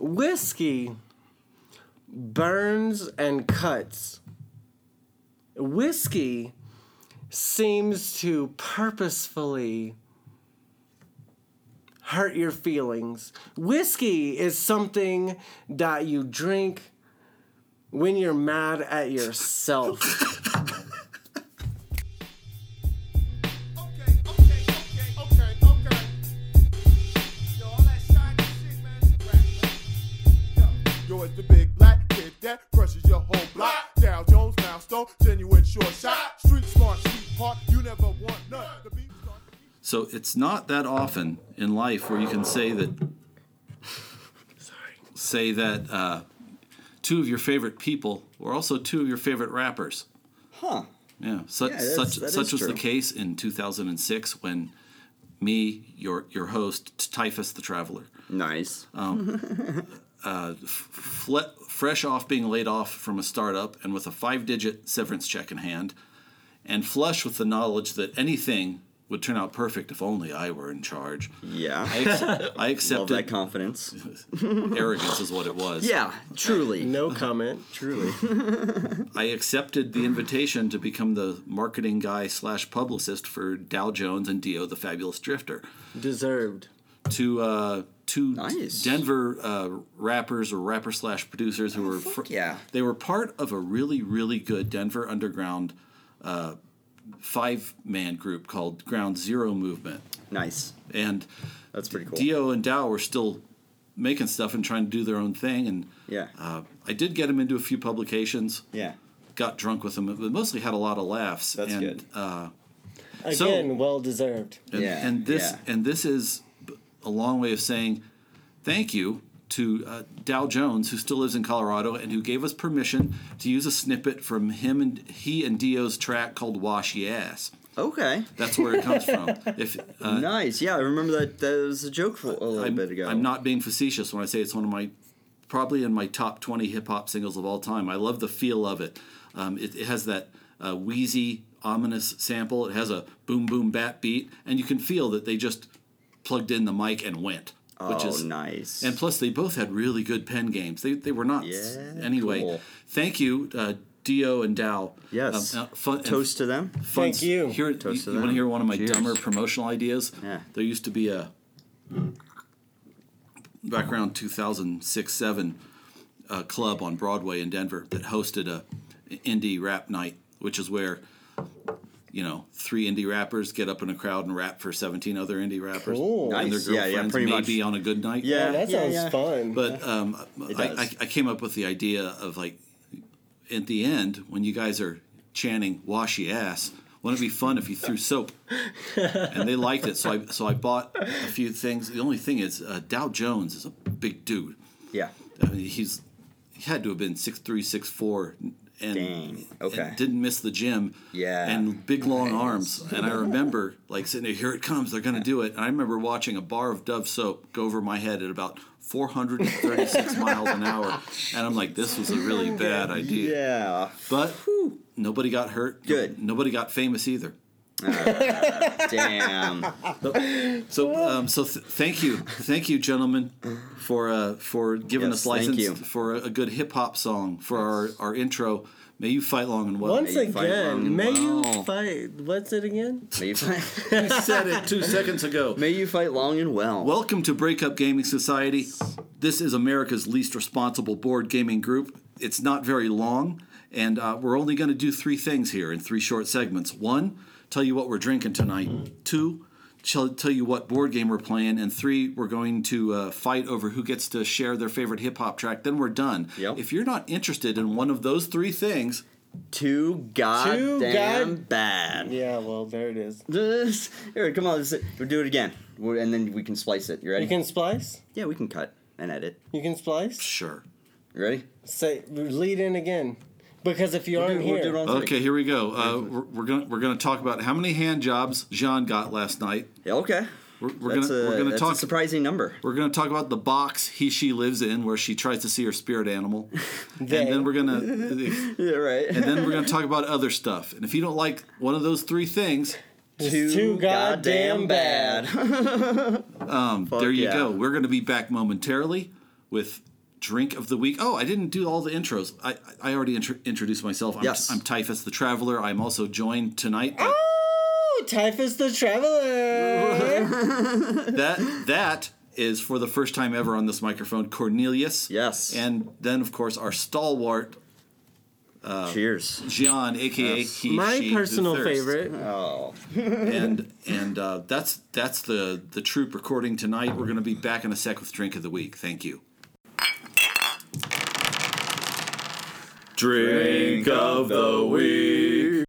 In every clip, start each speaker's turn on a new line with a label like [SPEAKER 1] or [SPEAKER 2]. [SPEAKER 1] Whiskey burns and cuts. Whiskey seems to purposefully hurt your feelings. Whiskey is something that you drink when you're mad at yourself.
[SPEAKER 2] Okay, okay, okay, okay, okay. Yo, all that shiny shit, man, it's a rap, man. Yo, yo, it's the big black kid that crushes your whole block. Dow Jones, milestone, genuine short shot. Street smart, sweetheart, you never want none. The beat starts.
[SPEAKER 3] So it's not that often in life where you can say that say that uh, two of your favorite people were also two of your favorite rappers.
[SPEAKER 4] Huh.
[SPEAKER 3] Yeah, such
[SPEAKER 4] Yeah, that's-
[SPEAKER 3] such
[SPEAKER 4] that
[SPEAKER 3] such
[SPEAKER 4] is
[SPEAKER 3] was the
[SPEAKER 4] true.
[SPEAKER 3] case in 2006 when me, your your host Typhus the Traveler,
[SPEAKER 4] Nice.
[SPEAKER 3] fle- fresh off being laid off from a startup and with a five-digit severance check in hand, and flush with the knowledge that anything would turn out perfect if only I were in charge.
[SPEAKER 4] yeah.
[SPEAKER 3] I, ac- I
[SPEAKER 4] Love that
[SPEAKER 3] accepted
[SPEAKER 4] confidence.
[SPEAKER 3] arrogance is what it was.
[SPEAKER 4] Yeah, truly.
[SPEAKER 1] No comment.
[SPEAKER 4] Truly.
[SPEAKER 3] I accepted the invitation to become the marketing guy slash publicist for Dow Jones and Dio the Fabulous Drifter.
[SPEAKER 1] Deserved.
[SPEAKER 3] to uh, two
[SPEAKER 4] Nice.
[SPEAKER 3] Denver uh, rappers or rapper slash producers who were fr-
[SPEAKER 4] Oh, yeah.
[SPEAKER 3] they were part of a really really good Denver underground uh, five man group called Ground Zero Movement,
[SPEAKER 4] Nice.
[SPEAKER 3] and
[SPEAKER 4] That's pretty cool.
[SPEAKER 3] Dio and Dow were still making stuff and trying to do their own thing, and
[SPEAKER 4] Yeah.
[SPEAKER 3] uh, I did get them into a few publications.
[SPEAKER 4] Yeah.
[SPEAKER 3] Got drunk with them, but mostly had a lot of laughs.
[SPEAKER 4] That's
[SPEAKER 3] and,
[SPEAKER 4] good.
[SPEAKER 3] Uh,
[SPEAKER 1] Again,
[SPEAKER 3] So-
[SPEAKER 1] well deserved.
[SPEAKER 3] And,
[SPEAKER 4] Yeah,
[SPEAKER 3] and this
[SPEAKER 4] yeah.
[SPEAKER 3] and this is a long way of saying thank you to uh, Dow Jones, who still lives in Colorado and who gave us permission to use a snippet from him and he and Dio's track called "Wash Your Ass."
[SPEAKER 4] Okay.
[SPEAKER 3] That's where it comes from. If uh,
[SPEAKER 4] nice. Yeah, I remember that. That was a joke for a little
[SPEAKER 3] I'm,
[SPEAKER 4] bit ago.
[SPEAKER 3] I'm not being facetious when I say it's one of my probably in my top 20 hip hop singles of all time. I love the feel of it. Um, it, it has that uh, wheezy, ominous sample. It has a boom boom bat beat, and you can feel that they just plugged in the mic and went, which
[SPEAKER 4] oh,
[SPEAKER 3] is
[SPEAKER 4] nice.
[SPEAKER 3] And plus, they both had really good pen games. They, they were not s-
[SPEAKER 4] Yeah,
[SPEAKER 3] anyway.
[SPEAKER 4] cool.
[SPEAKER 3] Thank you, uh, Dio and Dow.
[SPEAKER 4] Yes.
[SPEAKER 3] Um, uh, fun, and
[SPEAKER 4] Toast to them.
[SPEAKER 3] fun-
[SPEAKER 1] Thank you.
[SPEAKER 3] Here,
[SPEAKER 4] Toast
[SPEAKER 3] you
[SPEAKER 4] to
[SPEAKER 3] want to
[SPEAKER 4] them.
[SPEAKER 3] hear one of my
[SPEAKER 4] Cheers.
[SPEAKER 3] dumber promotional ideas?
[SPEAKER 4] Yeah.
[SPEAKER 3] There used to be a back around 2006 7 uh, club on Broadway in Denver that hosted a indie rap night, which is where you know three indie rappers get up in a crowd and rap for 17 other indie rappers
[SPEAKER 1] Cool.
[SPEAKER 3] and
[SPEAKER 4] Nice.
[SPEAKER 3] their
[SPEAKER 4] Yeah, yeah,
[SPEAKER 3] girlfriends
[SPEAKER 4] pretty much.
[SPEAKER 3] maybe on a good night.
[SPEAKER 1] Yeah,
[SPEAKER 4] Yeah,
[SPEAKER 1] that
[SPEAKER 4] yeah,
[SPEAKER 1] sounds
[SPEAKER 4] yeah.
[SPEAKER 1] fun.
[SPEAKER 3] But um, I,
[SPEAKER 4] does.
[SPEAKER 3] I, I came up with the idea of like, at the end when you guys are chanting "wash your ass," wouldn't it be fun if you threw soap? and they liked it, so I so I bought a few things. The only thing is, uh, Dow Jones is a big dude.
[SPEAKER 4] Yeah.
[SPEAKER 3] I mean, he's he had to have been six three, six four, and,
[SPEAKER 4] Dang, okay.
[SPEAKER 3] and didn't miss the gym.
[SPEAKER 4] Yeah.
[SPEAKER 3] and big long arms. And I remember like sitting there, here it comes, they're gonna do it. And I remember watching a bar of Dove soap go over my head at about 436 miles an hour, and I'm like, this was a really bad idea.
[SPEAKER 4] Yeah.
[SPEAKER 3] But nobody got hurt.
[SPEAKER 4] Good.
[SPEAKER 3] Nobody got famous either.
[SPEAKER 4] Damn.
[SPEAKER 3] So, um, so th- thank you, thank you, gentlemen, for uh, for giving
[SPEAKER 4] Yes,
[SPEAKER 3] us
[SPEAKER 4] thank
[SPEAKER 3] license
[SPEAKER 4] you.
[SPEAKER 3] for a, a good hip hop song for our, our intro. May you fight long and well.
[SPEAKER 1] Once
[SPEAKER 4] may you fight
[SPEAKER 1] again,
[SPEAKER 4] wrong.
[SPEAKER 1] may you
[SPEAKER 4] Wow.
[SPEAKER 1] fight. What's it again?
[SPEAKER 4] May you, fight,
[SPEAKER 3] you said it two seconds ago.
[SPEAKER 4] may you fight long and well.
[SPEAKER 3] Welcome to Breakup Gaming Society. This is America's least responsible board gaming group. It's not very long, and uh, we're only going to do three things here in three short segments. One, tell you what we're drinking tonight. Two, shall tell you what board game we're playing. And three, we're going to uh, fight over who gets to share their favorite hip hop track. Then we're done.
[SPEAKER 4] Yep.
[SPEAKER 3] If you're not interested in one of those three things,
[SPEAKER 4] Too goddamn
[SPEAKER 1] god-
[SPEAKER 4] bad.
[SPEAKER 1] Yeah, well, there it is.
[SPEAKER 4] This. Here, come on. This is, we'll do it again. We're, and then we can splice it. You ready?
[SPEAKER 1] You can splice.
[SPEAKER 4] yeah, we can cut and edit.
[SPEAKER 1] You can splice.
[SPEAKER 3] sure.
[SPEAKER 4] You ready?
[SPEAKER 1] Say, lead in again, because if you aren't
[SPEAKER 4] do- we'll
[SPEAKER 1] here,
[SPEAKER 4] do it on-
[SPEAKER 3] Okay, here we go. Uh, we're we're going we're gonna talk about how many hand jobs Jean got last night.
[SPEAKER 4] Yeah, okay.
[SPEAKER 3] We're, we're
[SPEAKER 4] that's
[SPEAKER 3] gonna
[SPEAKER 4] a,
[SPEAKER 3] we're gonna
[SPEAKER 4] that's a
[SPEAKER 3] talk
[SPEAKER 4] surprising number.
[SPEAKER 3] We're going to talk about the box he she lives in, where she tries to see her spirit animal, and
[SPEAKER 1] They.
[SPEAKER 3] then we're going to
[SPEAKER 4] Yeah, right.
[SPEAKER 3] and then we're going to talk about other stuff. And if you don't like one of those three things,
[SPEAKER 1] it's too goddamn bad.
[SPEAKER 3] there you
[SPEAKER 4] yeah.
[SPEAKER 3] go. We're going to be back momentarily. with drink of the week. Oh, I didn't do all the intros. I I already intro introduced myself. I'm,
[SPEAKER 4] Yes.
[SPEAKER 3] I'm Typhus the Traveler. I'm also joined tonight. by-
[SPEAKER 4] Oh, Typhus the Traveler.
[SPEAKER 3] that that is for the first time ever on this microphone, Cornelius.
[SPEAKER 4] Yes.
[SPEAKER 3] And then of course our stalwart Uh,
[SPEAKER 4] Cheers.
[SPEAKER 3] Gian, aka he,
[SPEAKER 1] My
[SPEAKER 3] she, the
[SPEAKER 1] personal
[SPEAKER 3] thirst.
[SPEAKER 1] favorite.
[SPEAKER 4] Oh,
[SPEAKER 3] and and uh, that's that's the the troop recording tonight. We're going to be back in a sec with drink of the week. Thank you.
[SPEAKER 4] drink of the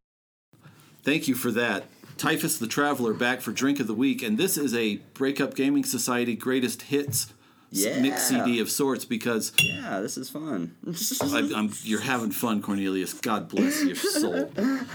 [SPEAKER 3] Thank you for that. Typhus the Traveler back for drink of the week, and this is a Breakup Gaming Society greatest hits s-
[SPEAKER 4] Yeah.
[SPEAKER 3] mix CD of sorts because
[SPEAKER 4] yeah. This is fun.
[SPEAKER 3] I, I'm, you're having fun, Cornelius. God bless your soul.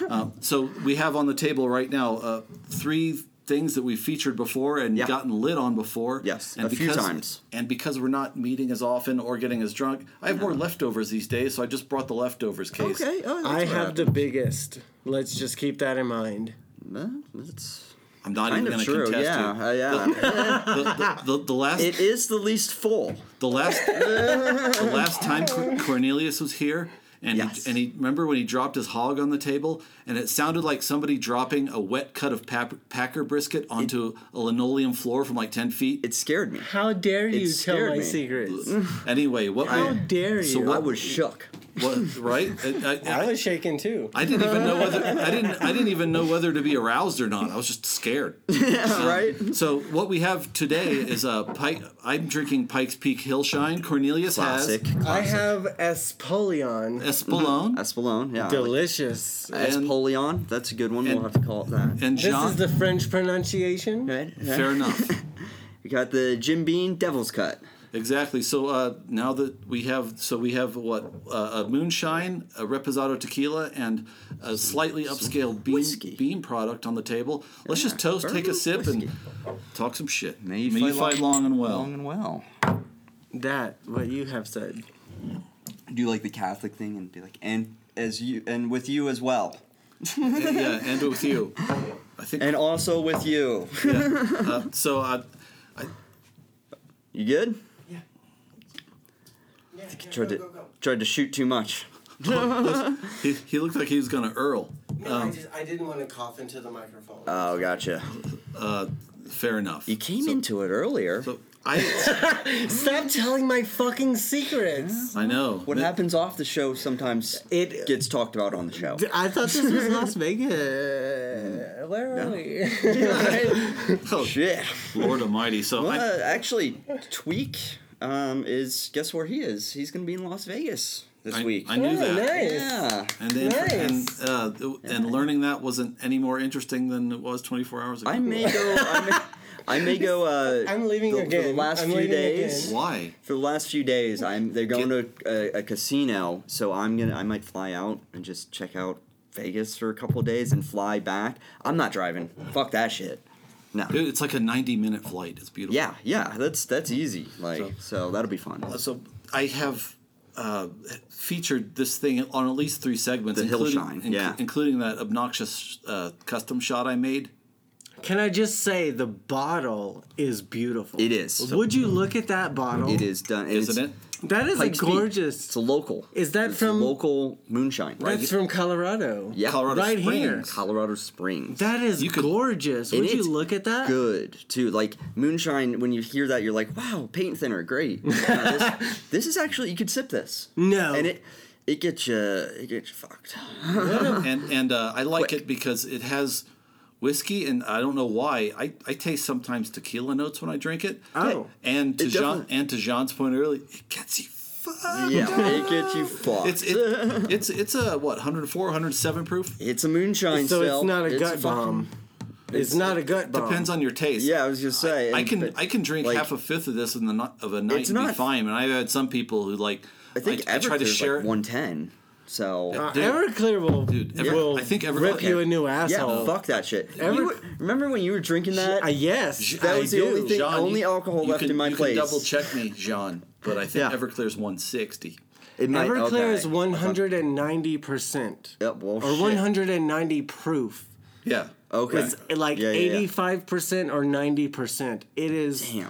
[SPEAKER 3] Um, so we have on the table right now uh, three things that we've featured before and
[SPEAKER 4] Yeah.
[SPEAKER 3] gotten lit on before.
[SPEAKER 4] Yes,
[SPEAKER 3] and
[SPEAKER 4] a few times.
[SPEAKER 3] And because we're not meeting as often or getting as drunk, I have more leftovers these days, so I just brought the leftovers case.
[SPEAKER 4] okay. Oh,
[SPEAKER 1] I have the biggest. Let's just keep that in mind.
[SPEAKER 4] That's
[SPEAKER 3] I'm not
[SPEAKER 4] kind
[SPEAKER 3] even going
[SPEAKER 4] of
[SPEAKER 3] to
[SPEAKER 4] true.
[SPEAKER 3] contest
[SPEAKER 4] Yeah.
[SPEAKER 3] you.
[SPEAKER 4] uh, yeah.
[SPEAKER 3] The, the, the, the last
[SPEAKER 4] it is the least full.
[SPEAKER 3] The last the last time Cor- Cornelius was here, and
[SPEAKER 4] Yes.
[SPEAKER 3] he, and he remember when he dropped his hog on the table, and it sounded like somebody dropping a wet cut of pap- packer brisket onto a linoleum floor from like ten feet.
[SPEAKER 4] It scared me.
[SPEAKER 1] How dare you tell
[SPEAKER 4] scared
[SPEAKER 1] my
[SPEAKER 4] me.
[SPEAKER 1] secrets?
[SPEAKER 3] anyway, what?
[SPEAKER 1] How dare you?
[SPEAKER 3] Mm-hmm. So
[SPEAKER 4] I
[SPEAKER 3] what?
[SPEAKER 4] was shook.
[SPEAKER 3] what right? I, I-
[SPEAKER 1] I was shaken too.
[SPEAKER 3] I didn't even know whether I didn't I didn't even know whether to be aroused or not. I was just scared. Uh,
[SPEAKER 4] right?
[SPEAKER 3] So what we have today is a pike. I'm drinking Pike's Peak Hillshine. Cornelius
[SPEAKER 4] Classic.
[SPEAKER 1] I have Espolion.
[SPEAKER 3] has Espolone
[SPEAKER 1] Mm-hmm.
[SPEAKER 4] Espolone. Yeah.
[SPEAKER 1] Delicious.
[SPEAKER 3] and-
[SPEAKER 4] Espolion. That's a good one.
[SPEAKER 3] and-
[SPEAKER 4] we'll have to call it that.
[SPEAKER 3] and
[SPEAKER 1] This
[SPEAKER 3] John.
[SPEAKER 1] is the French pronunciation.
[SPEAKER 4] Right? right.
[SPEAKER 3] Fair enough.
[SPEAKER 4] We got the Jim Bean Devil's Cut.
[SPEAKER 3] Exactly. So uh, now that we have, so we have what uh, a moonshine, a reposado tequila, and a slightly upscale bean
[SPEAKER 4] whiskey.
[SPEAKER 3] bean product on the table. Let's just
[SPEAKER 4] Yeah,
[SPEAKER 3] toast, take a
[SPEAKER 4] bourbon
[SPEAKER 3] sip,
[SPEAKER 4] whiskey.
[SPEAKER 3] and talk some shit.
[SPEAKER 4] May you fight long-
[SPEAKER 3] long and well.
[SPEAKER 4] Long and well.
[SPEAKER 1] That, what you have said.
[SPEAKER 4] Do like the Catholic thing and be like, and as you, and with you as well.
[SPEAKER 3] And, yeah, and with you, I think
[SPEAKER 4] And also with you.
[SPEAKER 3] so. Uh,
[SPEAKER 4] You good? Yeah. tried to tried to shoot too much.
[SPEAKER 3] he, he looked like he was gonna Earl.
[SPEAKER 1] I, just, I didn't want to cough into the microphone.
[SPEAKER 4] Oh, gotcha.
[SPEAKER 3] Fair enough.
[SPEAKER 4] You came into it earlier.
[SPEAKER 3] So I
[SPEAKER 1] Stop telling my fucking secrets.
[SPEAKER 3] I know.
[SPEAKER 4] what happens off the show sometimes
[SPEAKER 1] It-
[SPEAKER 4] gets talked about on the show.
[SPEAKER 1] I thought this was Las Vegas. Where are we?
[SPEAKER 3] Oh,
[SPEAKER 4] Shit.
[SPEAKER 3] Lord Almighty. So I,
[SPEAKER 4] Well, uh, actually, Tweak um, is guess where he is? He's gonna be in Las Vegas this
[SPEAKER 3] I,
[SPEAKER 4] week.
[SPEAKER 3] I knew
[SPEAKER 1] Oh,
[SPEAKER 3] that.
[SPEAKER 1] nice.
[SPEAKER 4] yeah.
[SPEAKER 3] And, the
[SPEAKER 1] Nice.
[SPEAKER 3] and, uh, th- and learning that wasn't any more interesting than it was 24 hours ago.
[SPEAKER 4] I may go. I may, I may go. Uh,
[SPEAKER 1] I'm leaving
[SPEAKER 4] the, For the
[SPEAKER 1] again.
[SPEAKER 4] last
[SPEAKER 1] I'm
[SPEAKER 4] few
[SPEAKER 1] leaving
[SPEAKER 4] days.
[SPEAKER 1] again.
[SPEAKER 3] Why?
[SPEAKER 4] For the last few days, I'm they're going to a, a casino, so I'm gonna I might fly out and just check out Vegas for a couple of days and fly back. I'm not driving. Fuck that shit. No.
[SPEAKER 3] Dude, it's like a 90 minute flight. It's beautiful.
[SPEAKER 4] Yeah, yeah, that's that's easy. Like
[SPEAKER 3] So-
[SPEAKER 4] so, that'll be fun.
[SPEAKER 3] So I have uh, featured this thing on at least three segments,
[SPEAKER 4] The hill
[SPEAKER 3] including,
[SPEAKER 4] shine, yeah.
[SPEAKER 3] including that obnoxious uh, custom shot I made.
[SPEAKER 1] Can I just say the bottle is beautiful?
[SPEAKER 4] It is.
[SPEAKER 1] Would you look at that bottle?
[SPEAKER 4] It is done. It's,
[SPEAKER 3] Isn't it?
[SPEAKER 1] That is a
[SPEAKER 4] Pike's Peak.
[SPEAKER 1] gorgeous.
[SPEAKER 4] It's a local.
[SPEAKER 1] Is that
[SPEAKER 4] It's
[SPEAKER 1] from-
[SPEAKER 4] local moonshine? Right.
[SPEAKER 1] That's from Colorado.
[SPEAKER 4] yeah.
[SPEAKER 3] Colorado
[SPEAKER 1] Right here.
[SPEAKER 3] Springs.
[SPEAKER 4] Colorado Springs.
[SPEAKER 1] That is
[SPEAKER 3] You could-
[SPEAKER 1] gorgeous. Would
[SPEAKER 4] it's
[SPEAKER 1] you look at that?
[SPEAKER 4] good too. Like moonshine, when you hear that, you're like, "Wow, paint thinner, great." Now, this, this is actually you could sip this.
[SPEAKER 1] No.
[SPEAKER 4] and it it gets you it gets you fucked.
[SPEAKER 3] and and uh, I like it because it has whiskey, and I don't know why. I, I taste sometimes tequila notes when I drink it.
[SPEAKER 1] Oh.
[SPEAKER 3] And to,
[SPEAKER 4] It
[SPEAKER 3] Jean,
[SPEAKER 4] definitely-
[SPEAKER 3] and to Jean's point earlier, it gets you fucked.
[SPEAKER 4] yeah, it gets you fucked.
[SPEAKER 3] It's
[SPEAKER 4] It's,
[SPEAKER 3] it, it's it's a what 104 107 proof
[SPEAKER 4] a moonshine.
[SPEAKER 1] So
[SPEAKER 4] still.
[SPEAKER 1] it's not a gut
[SPEAKER 4] fucking-
[SPEAKER 1] bomb. It's not a gut bomb.
[SPEAKER 3] depends on your taste.
[SPEAKER 4] Yeah, I was gonna say.
[SPEAKER 3] I
[SPEAKER 4] and-
[SPEAKER 3] can
[SPEAKER 4] but,
[SPEAKER 3] I can drink
[SPEAKER 4] like,
[SPEAKER 3] half a fifth of this in the night of a night
[SPEAKER 4] It's
[SPEAKER 3] and be
[SPEAKER 4] not-
[SPEAKER 3] fine. And I've had some people who like
[SPEAKER 4] I think
[SPEAKER 3] I,
[SPEAKER 4] I,
[SPEAKER 3] try to share it.
[SPEAKER 4] one ten. So
[SPEAKER 1] Uh,
[SPEAKER 3] Dude.
[SPEAKER 1] Everclear will,
[SPEAKER 3] Dude, Ever-
[SPEAKER 1] will
[SPEAKER 3] I think Ever-
[SPEAKER 1] rip
[SPEAKER 3] okay.
[SPEAKER 1] you a new
[SPEAKER 4] yeah,
[SPEAKER 1] asshole.
[SPEAKER 4] fuck that shit. You
[SPEAKER 1] Ever-
[SPEAKER 4] were- remember when you were drinking that?
[SPEAKER 1] Uh, yes,
[SPEAKER 4] that
[SPEAKER 1] I
[SPEAKER 4] was the only
[SPEAKER 1] do.
[SPEAKER 4] thing-
[SPEAKER 3] Jean,
[SPEAKER 4] only
[SPEAKER 3] you-
[SPEAKER 4] alcohol
[SPEAKER 3] you
[SPEAKER 4] left
[SPEAKER 3] can-
[SPEAKER 4] in my
[SPEAKER 3] you
[SPEAKER 4] place.
[SPEAKER 3] Can double check me, John, but I think
[SPEAKER 4] Yeah.
[SPEAKER 3] Everclear's 160.
[SPEAKER 4] it might,
[SPEAKER 1] Everclear
[SPEAKER 4] okay.
[SPEAKER 1] is 190 percent
[SPEAKER 4] Yeah, well,
[SPEAKER 1] or
[SPEAKER 4] shit.
[SPEAKER 1] 190 proof.
[SPEAKER 3] Yeah.
[SPEAKER 4] Okay.
[SPEAKER 1] It's like
[SPEAKER 4] Yeah, yeah, yeah.
[SPEAKER 1] 85 percent or 90 percent. It is.
[SPEAKER 4] Damn.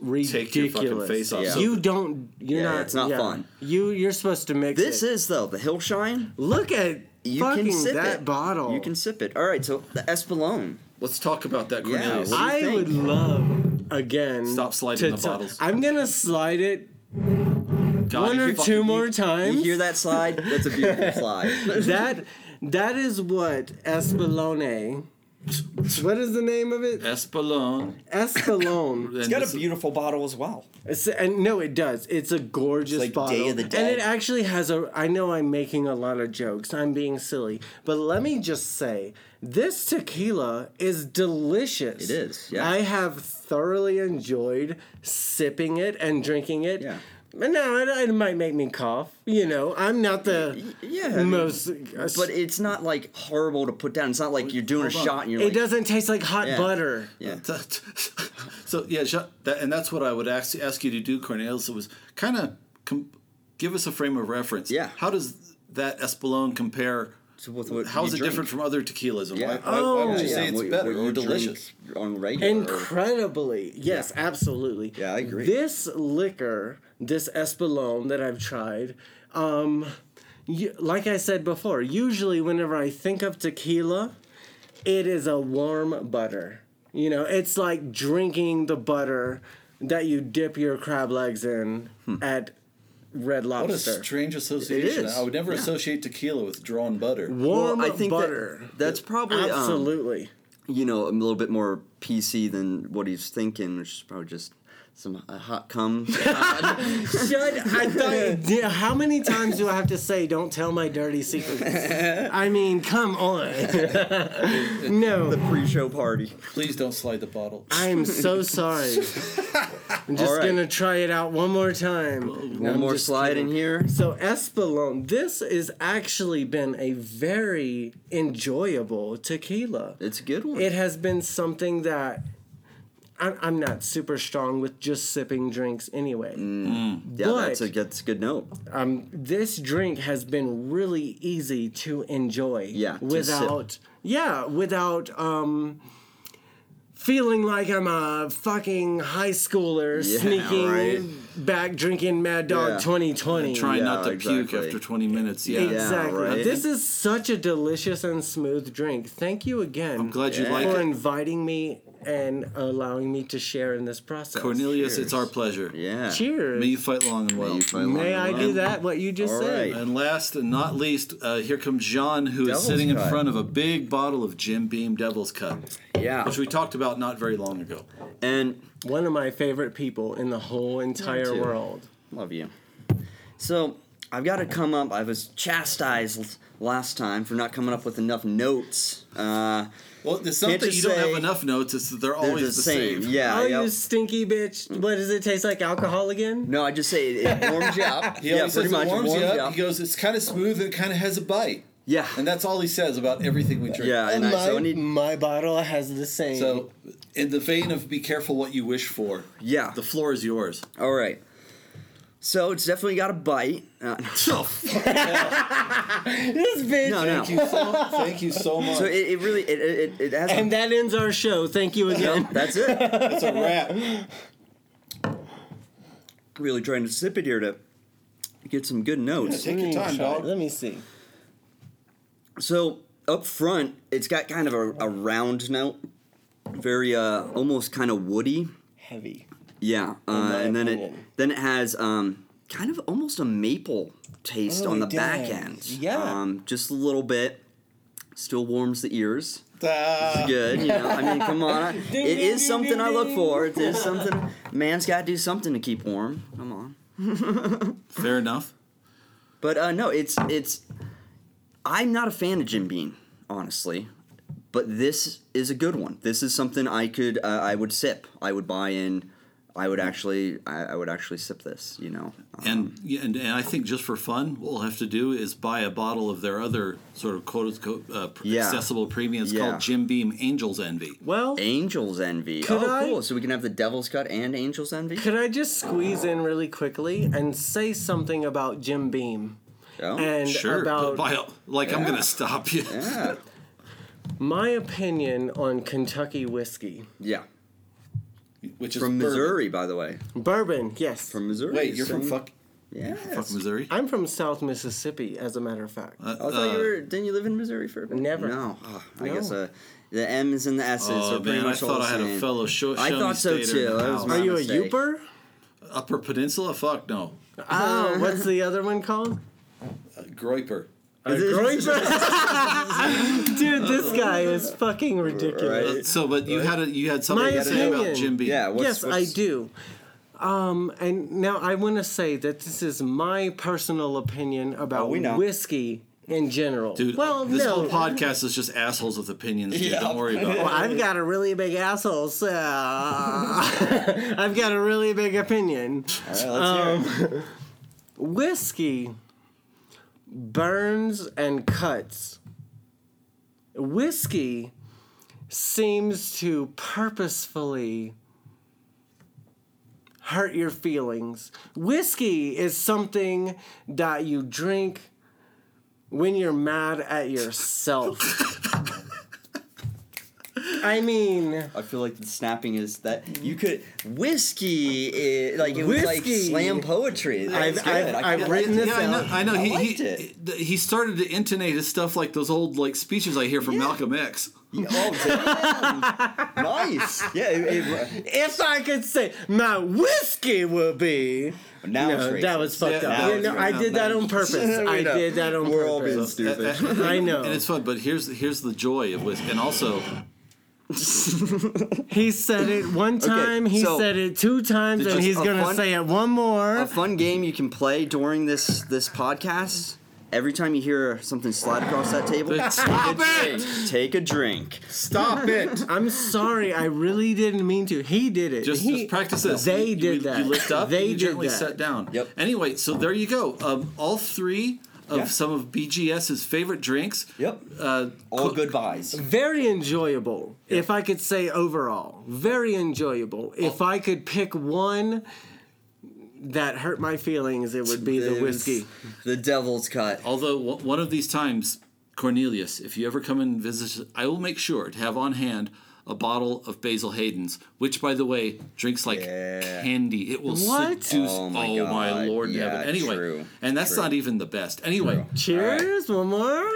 [SPEAKER 1] ridiculous.
[SPEAKER 3] Take your fucking face off.
[SPEAKER 4] Yeah.
[SPEAKER 3] So
[SPEAKER 1] You don't. You're
[SPEAKER 4] Yeah,
[SPEAKER 1] not.
[SPEAKER 4] it's not fun.
[SPEAKER 1] You you're supposed to mix.
[SPEAKER 4] This
[SPEAKER 1] it.
[SPEAKER 4] is though the Hillshine.
[SPEAKER 1] Look at
[SPEAKER 4] You
[SPEAKER 1] fucking
[SPEAKER 4] can sip
[SPEAKER 1] that
[SPEAKER 4] it.
[SPEAKER 1] bottle.
[SPEAKER 4] You can sip it. All right, so the Espolone.
[SPEAKER 3] let's talk about that
[SPEAKER 4] Yeah,
[SPEAKER 3] Cornelius.
[SPEAKER 4] what do you
[SPEAKER 1] I
[SPEAKER 4] think?
[SPEAKER 1] would love again.
[SPEAKER 3] Stop sliding
[SPEAKER 1] to
[SPEAKER 3] the
[SPEAKER 1] ta-
[SPEAKER 3] bottles.
[SPEAKER 1] I'm gonna slide it
[SPEAKER 3] God,
[SPEAKER 1] one or
[SPEAKER 3] you
[SPEAKER 1] two
[SPEAKER 3] fucking-
[SPEAKER 1] more times.
[SPEAKER 4] You hear that slide? That's a beautiful slide.
[SPEAKER 1] that that is what Espelone. What is the name of it?
[SPEAKER 3] Espelon.
[SPEAKER 1] Espelone.
[SPEAKER 3] It's
[SPEAKER 4] beautiful bottle as well.
[SPEAKER 1] It's, and no, it does. It's a gorgeous
[SPEAKER 4] It's like
[SPEAKER 1] bottle.
[SPEAKER 4] Day of the
[SPEAKER 1] And
[SPEAKER 4] Dead.
[SPEAKER 1] it actually has a. I know I'm making a lot of jokes. I'm being silly, but let me just say this tequila is delicious.
[SPEAKER 4] It is, yeah.
[SPEAKER 1] I have thoroughly enjoyed sipping it and drinking it.
[SPEAKER 4] Yeah.
[SPEAKER 1] But now it, it might make me cough. You know, I'm not the
[SPEAKER 4] yeah, I mean,
[SPEAKER 1] most. uh,
[SPEAKER 4] But it's not like horrible to put down. It's not like you're doing a
[SPEAKER 3] Hold on.
[SPEAKER 4] shot and you're
[SPEAKER 1] It
[SPEAKER 4] like,
[SPEAKER 1] doesn't taste like hot
[SPEAKER 4] Yeah.
[SPEAKER 1] butter.
[SPEAKER 4] Yeah.
[SPEAKER 3] so yeah, shut, that, and that's what I would ask, ask you to do, Cornelius. It was kind of com- give us a frame of reference.
[SPEAKER 4] Yeah.
[SPEAKER 3] How does that Espolón compare?
[SPEAKER 4] So with what
[SPEAKER 3] how is
[SPEAKER 4] you
[SPEAKER 3] it
[SPEAKER 4] drink?
[SPEAKER 3] different from other tequilas? And why,
[SPEAKER 4] Yeah.
[SPEAKER 3] why, why would you
[SPEAKER 1] Oh.
[SPEAKER 3] say it's
[SPEAKER 4] what-
[SPEAKER 3] better
[SPEAKER 4] what
[SPEAKER 3] or
[SPEAKER 4] you drink
[SPEAKER 3] delicious?
[SPEAKER 4] on regular?
[SPEAKER 1] Incredibly. Yes, absolutely.
[SPEAKER 4] Yeah, I agree.
[SPEAKER 1] This liquor, this Espolón that I've tried, um, you, like I said before, usually whenever I think of tequila, it is a warm butter. You know, it's like drinking the butter that you dip your crab legs in
[SPEAKER 4] Hmm.
[SPEAKER 1] at Red
[SPEAKER 3] What a
[SPEAKER 1] Lobster.
[SPEAKER 3] strange association.
[SPEAKER 4] is.
[SPEAKER 3] I would never associate tequila with drawn butter.
[SPEAKER 1] warm
[SPEAKER 4] Well, I think that-
[SPEAKER 1] butter.
[SPEAKER 4] that's probably, um,
[SPEAKER 1] absolutely.
[SPEAKER 4] you know, I'm a little bit more PC than what he's thinking, which is probably just some uh, hot cum.
[SPEAKER 1] Shut! I thought. Yeah, how many times do I have to say, "Don't tell my dirty secrets"? I mean, come on. no,
[SPEAKER 4] pre-show party.
[SPEAKER 3] Please don't slide the bottle.
[SPEAKER 1] I'm so sorry. I'm just
[SPEAKER 4] All right.
[SPEAKER 1] gonna try it out one more time.
[SPEAKER 4] One more slide in here.
[SPEAKER 1] So Espolón, this has actually been a very enjoyable tequila.
[SPEAKER 4] It's a good one.
[SPEAKER 1] It has been something that. I'm I'm not super strong with just sipping drinks anyway.
[SPEAKER 4] yeah, that's a,
[SPEAKER 1] but-
[SPEAKER 4] that's a good note.
[SPEAKER 1] um, this drink has been really easy to enjoy.
[SPEAKER 4] Yeah, to
[SPEAKER 1] Without yeah, without um, feeling like I'm a fucking high schooler
[SPEAKER 4] Yeah,
[SPEAKER 1] sneaking
[SPEAKER 4] right.
[SPEAKER 1] back drinking Mad Dog
[SPEAKER 4] Yeah.
[SPEAKER 1] 2020.
[SPEAKER 3] Trying not to
[SPEAKER 4] Yeah,
[SPEAKER 3] puke
[SPEAKER 4] exactly.
[SPEAKER 3] after 20 minutes. Yeah.
[SPEAKER 4] Yeah.
[SPEAKER 1] Exactly.
[SPEAKER 4] right.
[SPEAKER 1] This is such a delicious and smooth drink. Thank you again.
[SPEAKER 3] I'm glad you
[SPEAKER 4] Yeah.
[SPEAKER 3] like
[SPEAKER 1] for
[SPEAKER 3] it.
[SPEAKER 1] inviting me and allowing me to share in this process.
[SPEAKER 3] Cornelius, it's
[SPEAKER 4] Cheers.
[SPEAKER 3] our pleasure.
[SPEAKER 4] Yeah.
[SPEAKER 1] Cheers.
[SPEAKER 3] May you fight long and well.
[SPEAKER 4] You play along
[SPEAKER 1] May
[SPEAKER 4] the
[SPEAKER 1] I
[SPEAKER 4] line.
[SPEAKER 1] do that? What you just
[SPEAKER 4] All
[SPEAKER 1] said.
[SPEAKER 4] right.
[SPEAKER 3] And last and not least, uh, here comes John, who is
[SPEAKER 4] Devil's
[SPEAKER 3] sitting in
[SPEAKER 4] Cut.
[SPEAKER 3] front of a big bottle of Jim Beam Devil's Cut,
[SPEAKER 4] Yeah.
[SPEAKER 3] which we talked about not very long ago.
[SPEAKER 4] And
[SPEAKER 1] One of my favorite people in the whole entire
[SPEAKER 4] too.
[SPEAKER 1] world.
[SPEAKER 4] Love you. So I've got to come up. I was chastised last time for not coming up with enough notes. Uh,
[SPEAKER 3] Well, it's not
[SPEAKER 4] Can't
[SPEAKER 3] that
[SPEAKER 4] you
[SPEAKER 3] you don't
[SPEAKER 4] say
[SPEAKER 3] have enough notes; it's that they're
[SPEAKER 4] they're
[SPEAKER 3] always
[SPEAKER 4] the
[SPEAKER 3] the
[SPEAKER 4] same.
[SPEAKER 3] same.
[SPEAKER 4] Yeah.
[SPEAKER 1] oh,
[SPEAKER 4] yep.
[SPEAKER 1] you stinky bitch. What does it taste like? Alcohol again?
[SPEAKER 4] No, I just say it, it warms you up.
[SPEAKER 3] He
[SPEAKER 4] yeah,
[SPEAKER 3] always
[SPEAKER 4] pretty
[SPEAKER 3] says
[SPEAKER 4] much
[SPEAKER 3] it warms, you up. He goes, "It's kind of smooth and it kind of has a bite."
[SPEAKER 4] Yeah.
[SPEAKER 3] and that's all he says about everything we drink.
[SPEAKER 4] yeah, and I, so I need.
[SPEAKER 1] my bottle has the same.
[SPEAKER 3] So, in the vein of "Be careful what you wish for,"
[SPEAKER 4] Yeah.
[SPEAKER 3] the floor is yours.
[SPEAKER 4] All right. So it's definitely got a bite. Uh,
[SPEAKER 1] this bitch.
[SPEAKER 4] no, no.
[SPEAKER 3] Thank you so, thank you so much.
[SPEAKER 4] So it, it really it it, it, it has.
[SPEAKER 1] And that ends our show. Thank you
[SPEAKER 4] a,
[SPEAKER 1] again.
[SPEAKER 4] that's it.
[SPEAKER 3] it's a wrap.
[SPEAKER 4] really trying to sip it here to get some good notes.
[SPEAKER 3] Take your time, dog.
[SPEAKER 1] Let me see.
[SPEAKER 4] So up front, it's got kind of a, a round note, very uh, almost kind of woody.
[SPEAKER 1] Heavy.
[SPEAKER 4] Yeah,
[SPEAKER 1] my
[SPEAKER 4] uh, and then it
[SPEAKER 1] opinion.
[SPEAKER 4] then it has um, kind of almost a maple taste
[SPEAKER 1] Oh,
[SPEAKER 4] on the back
[SPEAKER 1] dang.
[SPEAKER 4] end.
[SPEAKER 1] Yeah.
[SPEAKER 4] um, just a little bit. Still warms the ears.
[SPEAKER 3] Ah.
[SPEAKER 4] Good, you know. I mean, come on. It
[SPEAKER 1] Ding, ding,
[SPEAKER 4] is
[SPEAKER 1] ding,
[SPEAKER 4] something
[SPEAKER 1] ding,
[SPEAKER 4] I look
[SPEAKER 1] ding.
[SPEAKER 4] for. It is something. Man's got to do something to keep warm. Come on.
[SPEAKER 3] Fair enough.
[SPEAKER 4] But uh, no, it's it's. I'm not a fan of Jim Beam, honestly, but this is a good one. This is something I could uh, I would sip. I would buy in. I would actually I, I would actually sip this. You know. Um,
[SPEAKER 3] And, yeah, and and I think just for fun, what we'll have to do is buy a bottle of their other sort of quote unquote uh, pr-
[SPEAKER 4] Yeah.
[SPEAKER 3] accessible premium. It's
[SPEAKER 4] Yeah.
[SPEAKER 3] called Jim Beam Angels Envy.
[SPEAKER 1] Well,
[SPEAKER 4] Angel's envy.
[SPEAKER 1] Could
[SPEAKER 4] oh,
[SPEAKER 1] I-
[SPEAKER 4] cool. So we can have the Devil's Cut and Angel's envy.
[SPEAKER 1] could I just squeeze in really quickly and say something about Jim Beam?
[SPEAKER 4] Oh,
[SPEAKER 1] And
[SPEAKER 3] Sure,
[SPEAKER 1] about
[SPEAKER 3] but by, all- like I'm gonna stop you.
[SPEAKER 4] yeah.
[SPEAKER 1] my opinion on Kentucky whiskey.
[SPEAKER 4] yeah.
[SPEAKER 3] which is
[SPEAKER 4] From
[SPEAKER 3] bourbon.
[SPEAKER 4] Missouri, by the way.
[SPEAKER 1] Bourbon, yes.
[SPEAKER 4] From Missouri.
[SPEAKER 3] Wait, you're from
[SPEAKER 4] so-
[SPEAKER 3] fuck,
[SPEAKER 4] Yes.
[SPEAKER 3] fuck Missouri? Uh,
[SPEAKER 1] I'm from South Mississippi, as a matter of fact.
[SPEAKER 4] Oh, I thought you were. Didn't you live in Missouri for a bit?
[SPEAKER 1] Never.
[SPEAKER 4] No. Ah, I
[SPEAKER 1] No.
[SPEAKER 4] guess uh, the M's and the S's
[SPEAKER 3] Oh
[SPEAKER 4] are pretty
[SPEAKER 3] man, I
[SPEAKER 4] much all
[SPEAKER 3] thought
[SPEAKER 4] the
[SPEAKER 3] I had a
[SPEAKER 4] same.
[SPEAKER 3] fellow show.
[SPEAKER 4] I
[SPEAKER 3] Shawnee
[SPEAKER 4] thought so,
[SPEAKER 3] Stater in
[SPEAKER 4] too.
[SPEAKER 3] the
[SPEAKER 4] That was
[SPEAKER 3] house.
[SPEAKER 4] my-
[SPEAKER 1] Are you a
[SPEAKER 4] mistake.
[SPEAKER 1] Uper?
[SPEAKER 3] Upper Peninsula? Fuck no.
[SPEAKER 4] Uh,
[SPEAKER 1] Oh, what's the other one called?
[SPEAKER 3] Uh, Groiper.
[SPEAKER 1] A groiper? Dude, this guy is fucking ridiculous.
[SPEAKER 4] Right.
[SPEAKER 3] Uh, so, but you had a, you had something
[SPEAKER 1] My
[SPEAKER 3] to say about
[SPEAKER 1] opinion.
[SPEAKER 3] Jim Beam.
[SPEAKER 4] Yeah. What's,
[SPEAKER 1] yes, I
[SPEAKER 4] what's-
[SPEAKER 1] do. Um, and now I want to say that this is my personal opinion about
[SPEAKER 4] Oh, we know.
[SPEAKER 1] whiskey in general.
[SPEAKER 3] Dude,
[SPEAKER 1] well,
[SPEAKER 3] this
[SPEAKER 1] no.
[SPEAKER 3] whole podcast is just assholes with opinions. Dude. Don't worry about
[SPEAKER 1] Well,
[SPEAKER 3] it.
[SPEAKER 1] I've got a really big asshole, so I've got a really big opinion.
[SPEAKER 4] All right, let's hear
[SPEAKER 1] Um,
[SPEAKER 4] it.
[SPEAKER 1] Whiskey burns and cuts. Whiskey seems to purposefully hurt your feelings. Whiskey is something that you drink when you're mad at yourself. I mean,
[SPEAKER 4] I feel like the snapping is that you could whiskey is like it
[SPEAKER 1] Whiskey.
[SPEAKER 4] was like slam poetry. That was
[SPEAKER 1] I've, I've,
[SPEAKER 4] good. I
[SPEAKER 1] I've
[SPEAKER 4] kinda
[SPEAKER 1] written
[SPEAKER 4] liked
[SPEAKER 1] this
[SPEAKER 3] Yeah, I know.
[SPEAKER 1] out.
[SPEAKER 3] I know.
[SPEAKER 4] I
[SPEAKER 3] he
[SPEAKER 4] liked
[SPEAKER 3] he,
[SPEAKER 4] it.
[SPEAKER 3] th- he started to intonate his stuff like those old like speeches I hear from Malcolm X.
[SPEAKER 4] it. Oh, damn. nice. Yeah. It, it,
[SPEAKER 1] If I could say my whiskey will be.
[SPEAKER 4] now it's
[SPEAKER 1] No,
[SPEAKER 4] racist.
[SPEAKER 1] that was fucked
[SPEAKER 3] Yeah,
[SPEAKER 1] up.
[SPEAKER 3] now
[SPEAKER 1] You
[SPEAKER 3] it's
[SPEAKER 1] know, I
[SPEAKER 3] racist.
[SPEAKER 1] did that on purpose.
[SPEAKER 4] We
[SPEAKER 1] I
[SPEAKER 4] know.
[SPEAKER 1] did that on
[SPEAKER 4] We're all being
[SPEAKER 1] purpose.
[SPEAKER 4] stupid.
[SPEAKER 1] I know.
[SPEAKER 3] Uh, And it's fun, but here's here's the joy of whiskey. And also,
[SPEAKER 1] He said it one time, he
[SPEAKER 4] so-
[SPEAKER 1] said it two times,
[SPEAKER 4] Did
[SPEAKER 1] and
[SPEAKER 4] you-
[SPEAKER 1] he's
[SPEAKER 4] a
[SPEAKER 1] gonna
[SPEAKER 4] fun-
[SPEAKER 1] say it one more.
[SPEAKER 4] a fun game you can play during this this podcast. Every time you hear something slide across that table,
[SPEAKER 3] Stop it!
[SPEAKER 4] take a drink.
[SPEAKER 3] Stop it!
[SPEAKER 1] I'm sorry, I really didn't mean to. He did it.
[SPEAKER 3] Just,
[SPEAKER 1] He-
[SPEAKER 3] just practice this.
[SPEAKER 1] They
[SPEAKER 3] You-
[SPEAKER 1] did
[SPEAKER 3] you,
[SPEAKER 1] that.
[SPEAKER 3] You lift up.
[SPEAKER 1] They
[SPEAKER 3] and you
[SPEAKER 1] did
[SPEAKER 3] gently
[SPEAKER 1] that.
[SPEAKER 3] set down.
[SPEAKER 4] Yep.
[SPEAKER 3] Anyway, so there you go. Um, all three of
[SPEAKER 4] Yeah.
[SPEAKER 3] some of BGS's favorite drinks.
[SPEAKER 4] Yep.
[SPEAKER 3] Uh,
[SPEAKER 4] All
[SPEAKER 3] co-
[SPEAKER 4] goodbyes.
[SPEAKER 1] Very enjoyable, if I could say overall. Very enjoyable.
[SPEAKER 3] Oh.
[SPEAKER 1] If I could pick one that hurt my feelings, it would be the
[SPEAKER 4] It was
[SPEAKER 1] whiskey.
[SPEAKER 4] The devil's cut.
[SPEAKER 3] Although w- one of these times, Cornelius, if you ever come and visit, us, I will make sure to have on hand a bottle of Basil Hayden's, which, by the way, drinks like
[SPEAKER 4] Yeah.
[SPEAKER 3] candy. It will
[SPEAKER 1] What?
[SPEAKER 3] seduce.
[SPEAKER 4] Oh
[SPEAKER 3] Oh
[SPEAKER 4] my
[SPEAKER 3] my,
[SPEAKER 4] God.
[SPEAKER 3] lord,
[SPEAKER 4] Yeah,
[SPEAKER 3] Nevin. Anyway,
[SPEAKER 4] true.
[SPEAKER 3] and that's
[SPEAKER 4] True.
[SPEAKER 3] not even the best. Anyway,
[SPEAKER 1] Cheers, one more.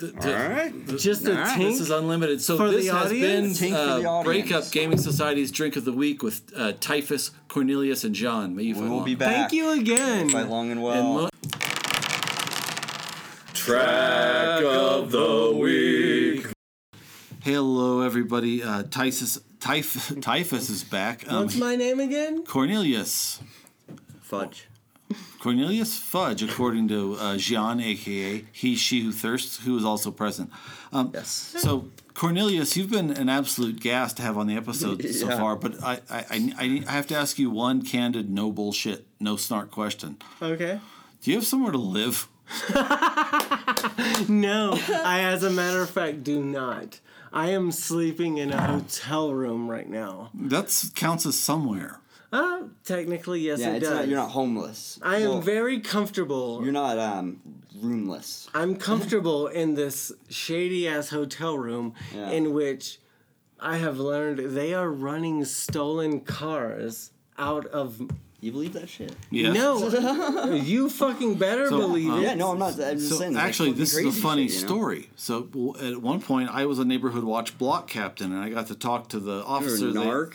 [SPEAKER 3] th- th-
[SPEAKER 4] All right.
[SPEAKER 1] Just a
[SPEAKER 4] Alright,
[SPEAKER 1] tink.
[SPEAKER 3] This is unlimited. So
[SPEAKER 1] For
[SPEAKER 3] this
[SPEAKER 1] the
[SPEAKER 3] has
[SPEAKER 1] audience?
[SPEAKER 3] been
[SPEAKER 4] Tink for the
[SPEAKER 3] uh,
[SPEAKER 4] audience.
[SPEAKER 3] Breakup Gaming Society's Drink of the Week with uh, Typhus, Cornelius, and John. May you
[SPEAKER 4] We will
[SPEAKER 3] long.
[SPEAKER 4] be back.
[SPEAKER 1] Thank you again.
[SPEAKER 4] Fight long and
[SPEAKER 3] And
[SPEAKER 4] well.
[SPEAKER 3] lo- Track of the Week. Hello, everybody. Uh, Typhus, Typh- Typhus is back. Um,
[SPEAKER 1] What's my name again?
[SPEAKER 3] Cornelius.
[SPEAKER 4] Fudge.
[SPEAKER 3] Cornelius Fudge, according to uh, Gian, aka He, She Who Thirsts, who is also present. Um,
[SPEAKER 4] Yes.
[SPEAKER 3] So, Cornelius, you've been an absolute gas to have on the episode so
[SPEAKER 4] Yeah.
[SPEAKER 3] far, but I, I, I, I have to ask you one candid, no bullshit, no snark question.
[SPEAKER 1] Okay.
[SPEAKER 3] Do you have somewhere to live?
[SPEAKER 1] No, I, as a matter of fact, do not. I am sleeping in a hotel room right now.
[SPEAKER 3] That counts as somewhere.
[SPEAKER 1] Uh, technically, yes,
[SPEAKER 4] Yeah,
[SPEAKER 1] it
[SPEAKER 4] it's
[SPEAKER 1] does.
[SPEAKER 4] not, you're not homeless.
[SPEAKER 1] I am
[SPEAKER 4] Well,
[SPEAKER 1] very comfortable.
[SPEAKER 4] You're not um roomless.
[SPEAKER 1] I'm comfortable in this shady ass hotel room
[SPEAKER 4] Yeah.
[SPEAKER 1] in which I have learned they are running stolen cars out of.
[SPEAKER 4] You believe that shit?
[SPEAKER 3] Yeah.
[SPEAKER 1] No, you fucking better believe
[SPEAKER 3] um,
[SPEAKER 1] it.
[SPEAKER 4] Yeah. No, I'm not. I'm just
[SPEAKER 3] So
[SPEAKER 4] saying. that's
[SPEAKER 3] actually,
[SPEAKER 4] fucking
[SPEAKER 3] this is a
[SPEAKER 4] crazy
[SPEAKER 3] funny
[SPEAKER 4] shit, you know?
[SPEAKER 3] story. So w- at one point, I was a neighborhood watch block captain, and I got to talk to the officer.
[SPEAKER 4] You're a
[SPEAKER 3] there.
[SPEAKER 4] narc.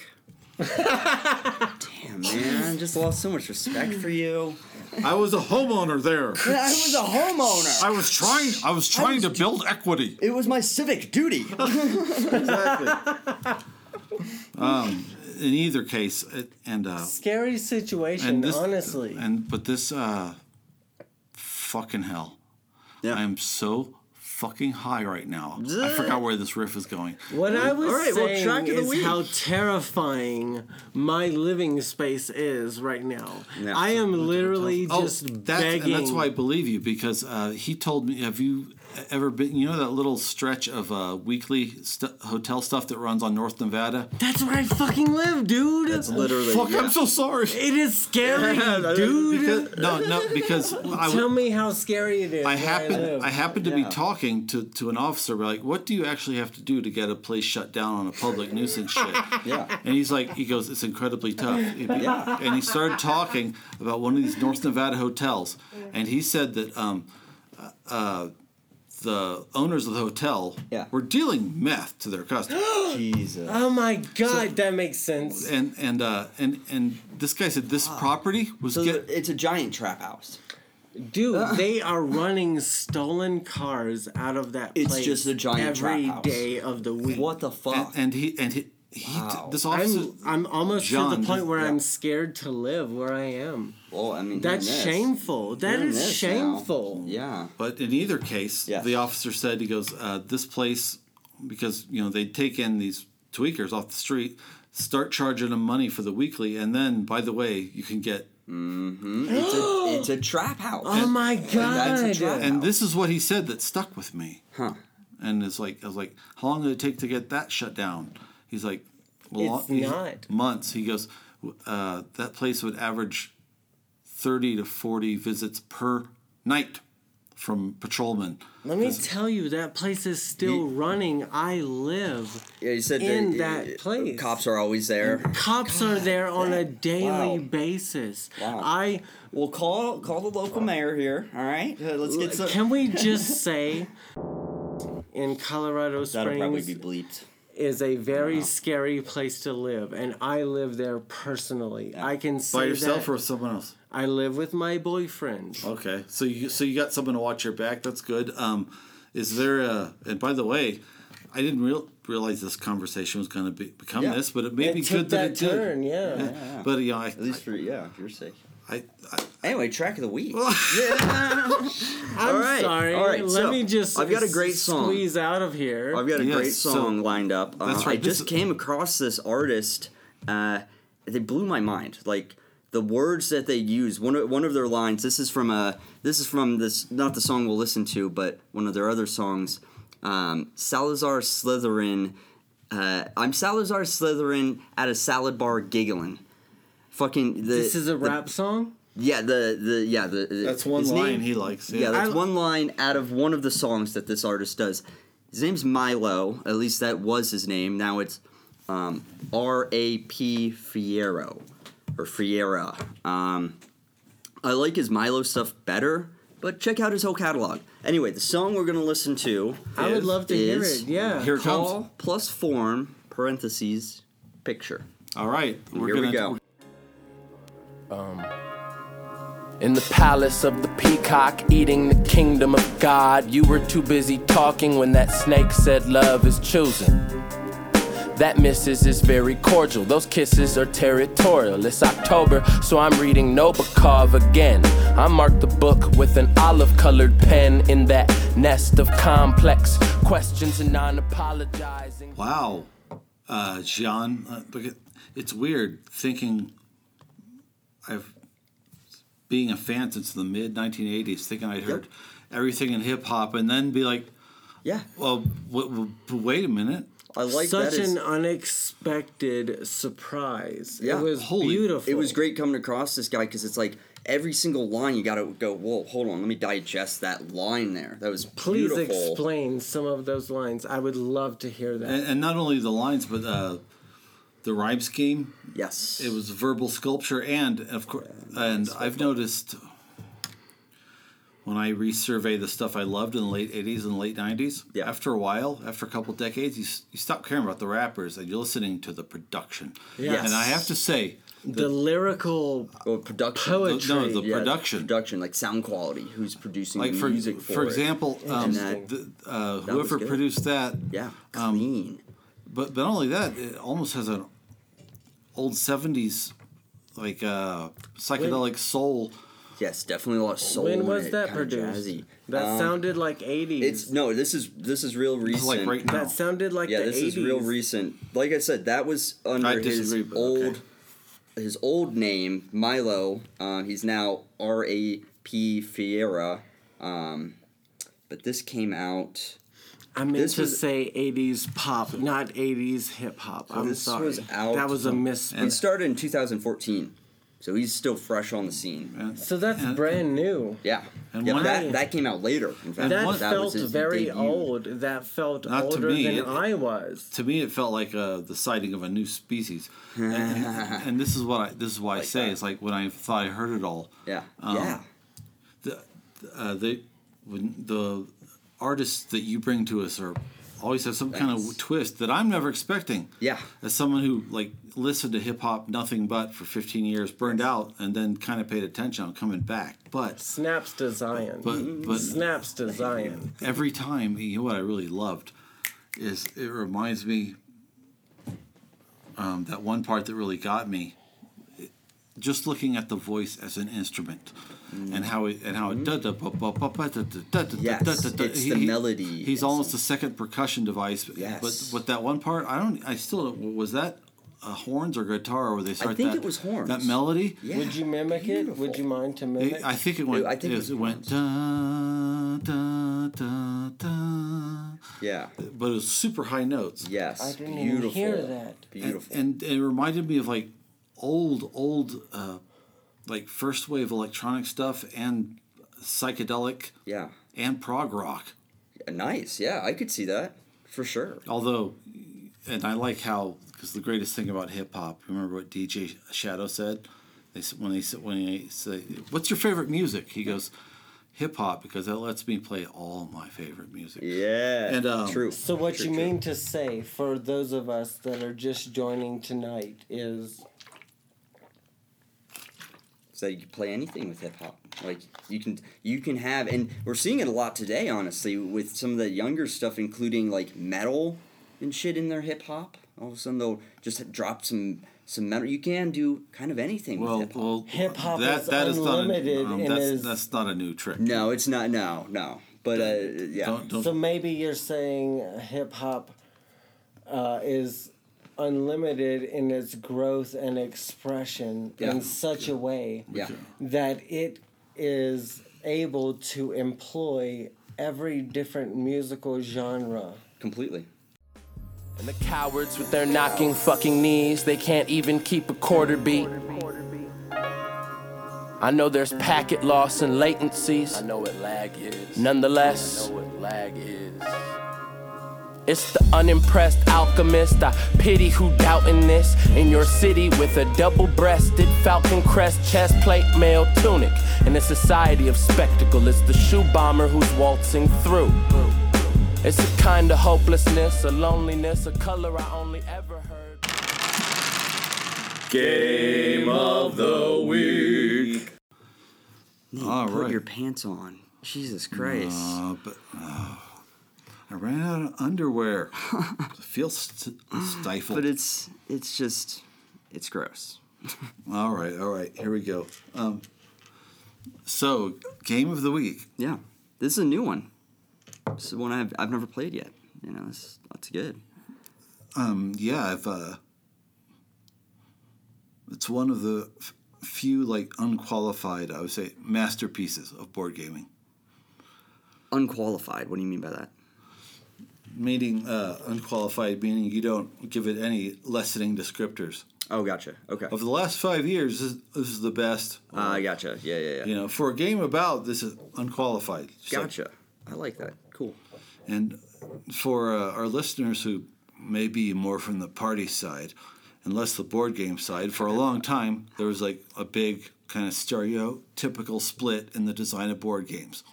[SPEAKER 4] Damn man, just lost so much respect for you.
[SPEAKER 3] I was a homeowner there.
[SPEAKER 4] I was a homeowner.
[SPEAKER 3] I was trying. I was trying to build equity.
[SPEAKER 4] It was my civic duty.
[SPEAKER 3] Exactly. um, in either case, it, and uh,
[SPEAKER 1] Scary situation,
[SPEAKER 3] and this,
[SPEAKER 1] honestly.
[SPEAKER 3] and but this uh, fucking hell.
[SPEAKER 4] Yeah.
[SPEAKER 3] I'm so fucking high right now. I forgot where this riff is going.
[SPEAKER 1] What I was
[SPEAKER 4] All right, well,
[SPEAKER 1] saying
[SPEAKER 4] track of the
[SPEAKER 1] is
[SPEAKER 4] week.
[SPEAKER 1] how terrifying my living space is right now.
[SPEAKER 4] Yeah.
[SPEAKER 1] I am literally
[SPEAKER 3] Oh,
[SPEAKER 1] just
[SPEAKER 3] that's,
[SPEAKER 1] begging.
[SPEAKER 3] and that's why I believe you because uh, he told me. Have you ever been, you know, that little stretch of uh, weekly st- hotel stuff that runs on North Nevada?
[SPEAKER 1] That's where I fucking live, dude.
[SPEAKER 4] That's literally.
[SPEAKER 3] Fuck,
[SPEAKER 4] yeah.
[SPEAKER 3] I'm so sorry.
[SPEAKER 1] it is scary,
[SPEAKER 4] Yeah,
[SPEAKER 1] dude.
[SPEAKER 3] Because, no, no, because I,
[SPEAKER 1] Tell
[SPEAKER 3] w-
[SPEAKER 1] me how scary it is.
[SPEAKER 3] I
[SPEAKER 1] where
[SPEAKER 3] happened,
[SPEAKER 1] live.
[SPEAKER 3] I happened to
[SPEAKER 4] Yeah.
[SPEAKER 3] be talking to, to an officer, but like, what do you actually have to do to get a place shut down on a public nuisance shit?
[SPEAKER 4] Yeah.
[SPEAKER 3] And he's like, he goes, it's incredibly tough. He'd be- And he started talking about one of these North Nevada hotels, and he said that um, uh, the owners of the hotel
[SPEAKER 4] Yeah.
[SPEAKER 3] were dealing meth to their customers.
[SPEAKER 4] Jesus.
[SPEAKER 1] oh my god, that makes sense.
[SPEAKER 3] and and uh, and and this guy said
[SPEAKER 1] Ah.
[SPEAKER 3] this property was
[SPEAKER 4] So
[SPEAKER 3] get.
[SPEAKER 4] it's a giant trap house.
[SPEAKER 1] Dude, they are running stolen cars out of that
[SPEAKER 4] It's
[SPEAKER 1] place
[SPEAKER 4] just a giant trap
[SPEAKER 1] every
[SPEAKER 4] house.
[SPEAKER 1] day of the week.
[SPEAKER 4] What the
[SPEAKER 3] And,
[SPEAKER 4] fuck?
[SPEAKER 3] and he and he, he
[SPEAKER 4] Wow.
[SPEAKER 3] this officer.
[SPEAKER 1] I'm I'm almost to
[SPEAKER 3] John,
[SPEAKER 1] the point where
[SPEAKER 4] yeah.
[SPEAKER 1] I'm scared to live where I am.
[SPEAKER 4] well, I mean,
[SPEAKER 1] That's
[SPEAKER 4] hearing this-
[SPEAKER 1] shameful. That
[SPEAKER 4] hearing
[SPEAKER 1] is
[SPEAKER 4] this now-
[SPEAKER 1] shameful.
[SPEAKER 4] Yeah.
[SPEAKER 3] But in either case,
[SPEAKER 4] Yes.
[SPEAKER 3] the officer said, he goes, uh, this place, because, you know, they take in these tweakers off the street, start charging them money for the weekly, and then, by the way, you can get.
[SPEAKER 4] It's a, it's a trap house.
[SPEAKER 1] Oh my
[SPEAKER 4] that's a
[SPEAKER 1] god.
[SPEAKER 4] trap.
[SPEAKER 3] And
[SPEAKER 4] Wow.
[SPEAKER 3] this is what he said that stuck with me.
[SPEAKER 4] Huh.
[SPEAKER 3] And it's like, I was like, how long did it take to get that shut down? He's like, well,
[SPEAKER 1] It's
[SPEAKER 3] he's-
[SPEAKER 1] not.
[SPEAKER 3] months. He goes, w- uh, that place would average 30 to 40 visits per night from patrolmen.
[SPEAKER 1] Let me tell you, that place is still running. I live.
[SPEAKER 4] Yeah, you said
[SPEAKER 1] In
[SPEAKER 4] they-
[SPEAKER 1] that
[SPEAKER 4] uh,
[SPEAKER 1] place.
[SPEAKER 4] Cops are always there.
[SPEAKER 1] Cops are there on a daily
[SPEAKER 4] Wow.
[SPEAKER 1] basis.
[SPEAKER 4] Wow.
[SPEAKER 1] I
[SPEAKER 4] We'll call call the local mayor here. All right, Uh, let's get some.
[SPEAKER 1] can we just say in Colorado
[SPEAKER 4] That'll probably
[SPEAKER 1] Springs
[SPEAKER 4] be bleeped.
[SPEAKER 1] is a very scary place to live and I live there personally. I can say
[SPEAKER 3] By yourself
[SPEAKER 1] that.
[SPEAKER 3] or with someone else?
[SPEAKER 1] I live with my boyfriend.
[SPEAKER 3] Okay, so you so you got someone to watch your back. That's good. Um, is there a? And by the way, I didn't real, realize this conversation was going to be, become
[SPEAKER 4] Yeah.
[SPEAKER 3] this, but it may
[SPEAKER 1] It
[SPEAKER 3] be
[SPEAKER 1] took
[SPEAKER 3] good that,
[SPEAKER 1] that
[SPEAKER 3] it
[SPEAKER 1] turn,
[SPEAKER 3] did.
[SPEAKER 1] yeah.
[SPEAKER 3] But you know, I,
[SPEAKER 4] At least for yeah, for your sake.
[SPEAKER 3] I, I,
[SPEAKER 4] Anyway, track of the week.
[SPEAKER 1] I'm
[SPEAKER 4] All right,
[SPEAKER 1] sorry.
[SPEAKER 4] all right,
[SPEAKER 1] Let
[SPEAKER 4] so,
[SPEAKER 1] me just
[SPEAKER 4] I've got a great
[SPEAKER 1] s-
[SPEAKER 4] song.
[SPEAKER 1] squeeze out of here.
[SPEAKER 4] I've got a
[SPEAKER 3] Yes,
[SPEAKER 4] great
[SPEAKER 3] so-
[SPEAKER 4] song lined up. Uh,
[SPEAKER 3] That's
[SPEAKER 4] I
[SPEAKER 3] right, this
[SPEAKER 4] just
[SPEAKER 3] is-
[SPEAKER 4] came across this artist. Uh, they blew my mind. Like the words that they use. One of, one of their lines. This is from a. This is from this. Not the song we'll listen to, but one of their other songs. Um, Salazar Slytherin. Uh, I'm Salazar Slytherin at a salad bar giggling. Fucking the,
[SPEAKER 1] this is a
[SPEAKER 4] the-
[SPEAKER 1] rap song.
[SPEAKER 4] yeah, the the yeah the.
[SPEAKER 3] that's one
[SPEAKER 4] his
[SPEAKER 3] line
[SPEAKER 4] name-
[SPEAKER 3] he likes.
[SPEAKER 4] yeah, that's
[SPEAKER 1] I-
[SPEAKER 4] one line out of one of the songs that this artist does. His name's Milo. At least that was his name. Now it's um, R A P Fierro or Fiera. Um, I like his Milo stuff better, but check out his whole catalog. Anyway, the song we're gonna listen to
[SPEAKER 1] I would
[SPEAKER 3] Is-
[SPEAKER 1] love to hear
[SPEAKER 4] is-
[SPEAKER 1] it. Yeah.
[SPEAKER 3] Here it comes.
[SPEAKER 4] Call plus form parentheses picture.
[SPEAKER 3] All right, we're
[SPEAKER 4] Here
[SPEAKER 3] gonna
[SPEAKER 4] we go.
[SPEAKER 5] In the palace of the peacock, eating the kingdom of God, you were too busy talking when that snake said love is choosing. That missus is very cordial. Those kisses are territorial. It's October, so I'm reading Nobokov again. I mark the book with an olive colored pen in that nest of complex questions and non apologizing.
[SPEAKER 3] Wow, uh, John, uh, look at- it's weird thinking I've being a fan since the mid 1980s, thinking I'd heard everything in hip hop, and then be like,
[SPEAKER 4] Yeah,
[SPEAKER 3] well, w- w- wait a minute.
[SPEAKER 4] I like that.
[SPEAKER 1] Such
[SPEAKER 4] is-
[SPEAKER 1] an unexpected surprise.
[SPEAKER 4] Yeah.
[SPEAKER 1] It was
[SPEAKER 3] Holy-
[SPEAKER 1] beautiful.
[SPEAKER 4] It was great coming across this guy because it's like every single line you got to go. Whoa, hold on, let me digest that line there. That was
[SPEAKER 1] Please
[SPEAKER 4] beautiful.
[SPEAKER 1] explain some of those lines. I would love to hear that.
[SPEAKER 3] and, and not only the lines but uh, the rhyme scheme
[SPEAKER 4] Yes,
[SPEAKER 3] it was verbal sculpture and of course and i've noticed when i resurvey the stuff i loved in the late 80s and late 90s
[SPEAKER 4] Yeah.
[SPEAKER 3] after a while after a couple decades you, s- you stop caring about the rappers and you're listening to the production
[SPEAKER 1] Yes.
[SPEAKER 3] and i have to say
[SPEAKER 1] the, lyrical.
[SPEAKER 4] Or production.
[SPEAKER 1] Poet-
[SPEAKER 3] the, no
[SPEAKER 1] True,
[SPEAKER 3] the
[SPEAKER 4] Yeah,
[SPEAKER 3] production
[SPEAKER 4] production, like sound quality. Who's producing
[SPEAKER 3] like
[SPEAKER 4] the
[SPEAKER 3] for
[SPEAKER 4] music for,
[SPEAKER 3] for
[SPEAKER 4] it.
[SPEAKER 3] example um,
[SPEAKER 4] And that-
[SPEAKER 3] the, uh,
[SPEAKER 4] was
[SPEAKER 3] whoever
[SPEAKER 4] good.
[SPEAKER 3] produced that
[SPEAKER 4] Yeah,
[SPEAKER 3] um,
[SPEAKER 4] clean.
[SPEAKER 3] But but not only that, it almost has an old seventies like uh psychedelic soul.
[SPEAKER 4] yes, definitely a lot of soul.
[SPEAKER 1] When
[SPEAKER 4] in
[SPEAKER 1] was
[SPEAKER 4] it,
[SPEAKER 1] that
[SPEAKER 4] kinda
[SPEAKER 1] produced?
[SPEAKER 4] jazzy.
[SPEAKER 1] That
[SPEAKER 4] Um,
[SPEAKER 1] sounded like 80s.
[SPEAKER 4] It's no. This is this is real recent.
[SPEAKER 3] like right now.
[SPEAKER 1] that sounded like
[SPEAKER 4] yeah,
[SPEAKER 1] the
[SPEAKER 4] this
[SPEAKER 1] 80s.
[SPEAKER 4] is real recent. Like I said, that was under
[SPEAKER 3] I
[SPEAKER 4] his
[SPEAKER 3] disagree, but
[SPEAKER 4] old
[SPEAKER 3] okay.
[SPEAKER 4] his old name, Uh, Milo. Um, he's now R A P Fiera. Um, but this came out.
[SPEAKER 1] I meant
[SPEAKER 4] This
[SPEAKER 1] to
[SPEAKER 4] was-
[SPEAKER 1] say 80s pop, not 80s hip hop. I'm
[SPEAKER 4] this
[SPEAKER 1] sorry.
[SPEAKER 4] was out-
[SPEAKER 1] that was a
[SPEAKER 4] It
[SPEAKER 1] misprint.
[SPEAKER 4] started in 2014, so he's still fresh on the scene.
[SPEAKER 1] So that's
[SPEAKER 3] And-
[SPEAKER 1] brand new.
[SPEAKER 4] Yeah,
[SPEAKER 3] And
[SPEAKER 4] yeah,
[SPEAKER 3] one-
[SPEAKER 4] that that came out later. In fact,
[SPEAKER 1] That
[SPEAKER 3] one-
[SPEAKER 4] was
[SPEAKER 1] felt
[SPEAKER 4] his
[SPEAKER 1] very
[SPEAKER 4] debut.
[SPEAKER 1] old. That felt
[SPEAKER 3] Not to
[SPEAKER 1] older
[SPEAKER 3] me.
[SPEAKER 1] than
[SPEAKER 3] It-
[SPEAKER 1] I was.
[SPEAKER 3] to me it felt like uh, the sighting of a new species and, and- and this is what i this is why i say
[SPEAKER 4] that.
[SPEAKER 3] it's like when i thought i heard it all
[SPEAKER 4] Yeah,
[SPEAKER 3] Um,
[SPEAKER 4] yeah,
[SPEAKER 3] the, uh, they when the artists that you bring to us are always have some kind of
[SPEAKER 4] Thanks.
[SPEAKER 3] twist that i'm never expecting
[SPEAKER 4] Yeah.
[SPEAKER 3] as someone who like listened to hip-hop nothing but for 15 years burned out and then kind of paid attention i'm coming back but
[SPEAKER 1] Snaps to Zion.
[SPEAKER 3] but
[SPEAKER 1] Mm-hmm.
[SPEAKER 3] but
[SPEAKER 1] Snaps to Zion.
[SPEAKER 3] every time you know what I really loved is it reminds me um, that one part that really got me it- just looking at the voice as an instrument and how it and how it da- da- ba- ba- ba- ba- da- da- da- da-
[SPEAKER 4] Mm. Mm-hmm. Yes,
[SPEAKER 3] da- da- da-
[SPEAKER 4] it's
[SPEAKER 3] he-
[SPEAKER 4] the
[SPEAKER 3] he-
[SPEAKER 4] melody
[SPEAKER 3] he's
[SPEAKER 4] and
[SPEAKER 3] almost
[SPEAKER 4] some-
[SPEAKER 3] a second percussion device
[SPEAKER 4] Yes.
[SPEAKER 3] but but that one part I don't I still don't, was that uh, horns or guitar where they start
[SPEAKER 4] think
[SPEAKER 3] that,
[SPEAKER 4] it was horns.
[SPEAKER 3] that melody
[SPEAKER 4] yeah.
[SPEAKER 1] Would you mimic it? Would you mind to
[SPEAKER 3] it-
[SPEAKER 1] mimic?
[SPEAKER 3] I think it went.
[SPEAKER 4] I think it
[SPEAKER 3] it,
[SPEAKER 4] was
[SPEAKER 3] went. Da, da, da, da,
[SPEAKER 4] Yeah.
[SPEAKER 3] but it was super high notes.
[SPEAKER 4] Yes.
[SPEAKER 1] I didn't even
[SPEAKER 4] beautiful.
[SPEAKER 1] hear that.
[SPEAKER 4] Beautiful.
[SPEAKER 3] And, and it reminded me of like old, old, uh, like first wave electronic stuff and psychedelic
[SPEAKER 4] yeah.
[SPEAKER 3] and prog rock.
[SPEAKER 4] Nice. Yeah, I could see that for sure.
[SPEAKER 3] Although, and I like how because the greatest thing about hip hop. Remember what DJ Shadow said? They s- when they s- when they say, "What's your favorite music?" He goes, "Hip hop," because that lets me play all my favorite music.
[SPEAKER 4] Yeah.
[SPEAKER 3] And, um,
[SPEAKER 4] true.
[SPEAKER 1] So what
[SPEAKER 4] True,
[SPEAKER 1] you
[SPEAKER 4] true.
[SPEAKER 1] mean to say for those of us that are just joining tonight is
[SPEAKER 4] is that you can play anything with hip hop. Like you can you can have and we're seeing it a lot today, honestly, with some of the younger stuff, including like metal and shit in their hip hop. All of a sudden they'll just drop some some metal. You can do kind of anything
[SPEAKER 3] Well,
[SPEAKER 4] with hip hop.
[SPEAKER 3] well,
[SPEAKER 1] Hip-hop is
[SPEAKER 3] is
[SPEAKER 1] unlimited
[SPEAKER 3] Not a, um,
[SPEAKER 1] and
[SPEAKER 3] that's,
[SPEAKER 1] is-
[SPEAKER 3] that's not a new trick.
[SPEAKER 4] No, it's not. No, no. But uh, yeah,
[SPEAKER 3] Don't, don't,
[SPEAKER 1] so maybe you're saying hip hop uh, is unlimited in its growth and expression
[SPEAKER 4] Yeah.
[SPEAKER 1] in such a way
[SPEAKER 4] yeah,
[SPEAKER 1] that it is able to employ every different musical genre.
[SPEAKER 4] completely.
[SPEAKER 5] And the cowards with their knocking fucking knees, they can't even keep a quarter beat. I know there's packet loss and latencies. I know what lag is. Nonetheless, I know what lag is. It's the unimpressed alchemist. I pity who doubting this. In your city with a double breasted falcon crest, chest plate, mail tunic. In a society of spectacle, it's the shoe bomber who's waltzing through. It's a kind of hopelessness, a loneliness, a color I only ever heard.
[SPEAKER 3] All
[SPEAKER 4] Put
[SPEAKER 3] right.
[SPEAKER 4] your pants on. Jesus Christ.
[SPEAKER 3] Uh, but uh, I ran out of underwear. I feel st- stifled.
[SPEAKER 4] but it's it's just it's gross.
[SPEAKER 3] all right, all right. Here we go. Um, so, game of the week.
[SPEAKER 4] Yeah, this is a new one. This is one I've I've never played yet. You know, that's that's good.
[SPEAKER 3] Um, yeah, I've. Uh, it's one of the f- few like unqualified, I would say, masterpieces of board gaming.
[SPEAKER 4] Unqualified. What do you mean by that?
[SPEAKER 3] Meaning uh, unqualified, meaning you don't give it any lessening descriptors.
[SPEAKER 4] Oh, gotcha. Okay.
[SPEAKER 3] Over the last five years, this, this is the best.
[SPEAKER 4] Ah, gotcha. Yeah, yeah, yeah.
[SPEAKER 3] You know, for a game about this is unqualified. It's like-
[SPEAKER 4] Gotcha. I like that. Cool.
[SPEAKER 3] and for uh, our listeners who may be more from the party side, and less the board game side, for a long time there was like a big kind of stereotypical split in the design of board games.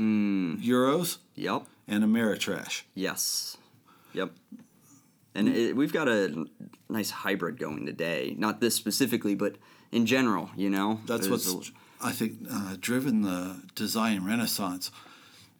[SPEAKER 4] Mm.
[SPEAKER 3] Euros
[SPEAKER 4] Yep.
[SPEAKER 3] and Ameritrash.
[SPEAKER 4] Yes. Yep. And it, we've got a nice hybrid going today. Not this specifically, but in general, you know.
[SPEAKER 3] That's
[SPEAKER 4] There's
[SPEAKER 3] what's I think uh, driven the design renaissance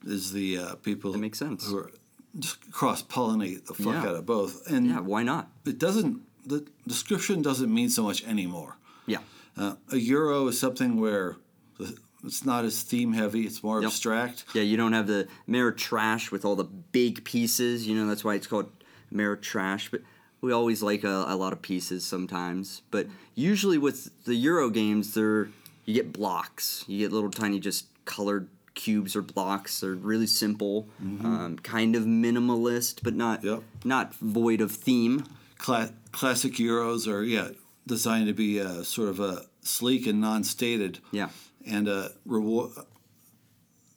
[SPEAKER 3] is the uh, people that
[SPEAKER 4] makes sense.
[SPEAKER 3] who are just cross pollinate the fuck
[SPEAKER 4] Yeah.
[SPEAKER 3] out of both, and
[SPEAKER 4] yeah. Why not?
[SPEAKER 3] it doesn't the description doesn't mean so much anymore.
[SPEAKER 4] Yeah.
[SPEAKER 3] Uh, a euro is something where the- it's not as theme heavy; it's more
[SPEAKER 4] Yep.
[SPEAKER 3] abstract.
[SPEAKER 4] Yeah. You don't have the mirror trash with all the big pieces. You know that's why it's called mirror trash. But we always like a, a lot of pieces sometimes. But usually with the Euro games, they're you get blocks. You get little tiny just colored cubes or blocks. They're really simple, um, kind of minimalist, but not
[SPEAKER 3] Yep.
[SPEAKER 4] not void of theme.
[SPEAKER 3] Cla- classic Euros are yeah designed to be uh, sort of uh, sleek and non-stated.
[SPEAKER 4] Yeah.
[SPEAKER 3] and uh, reward.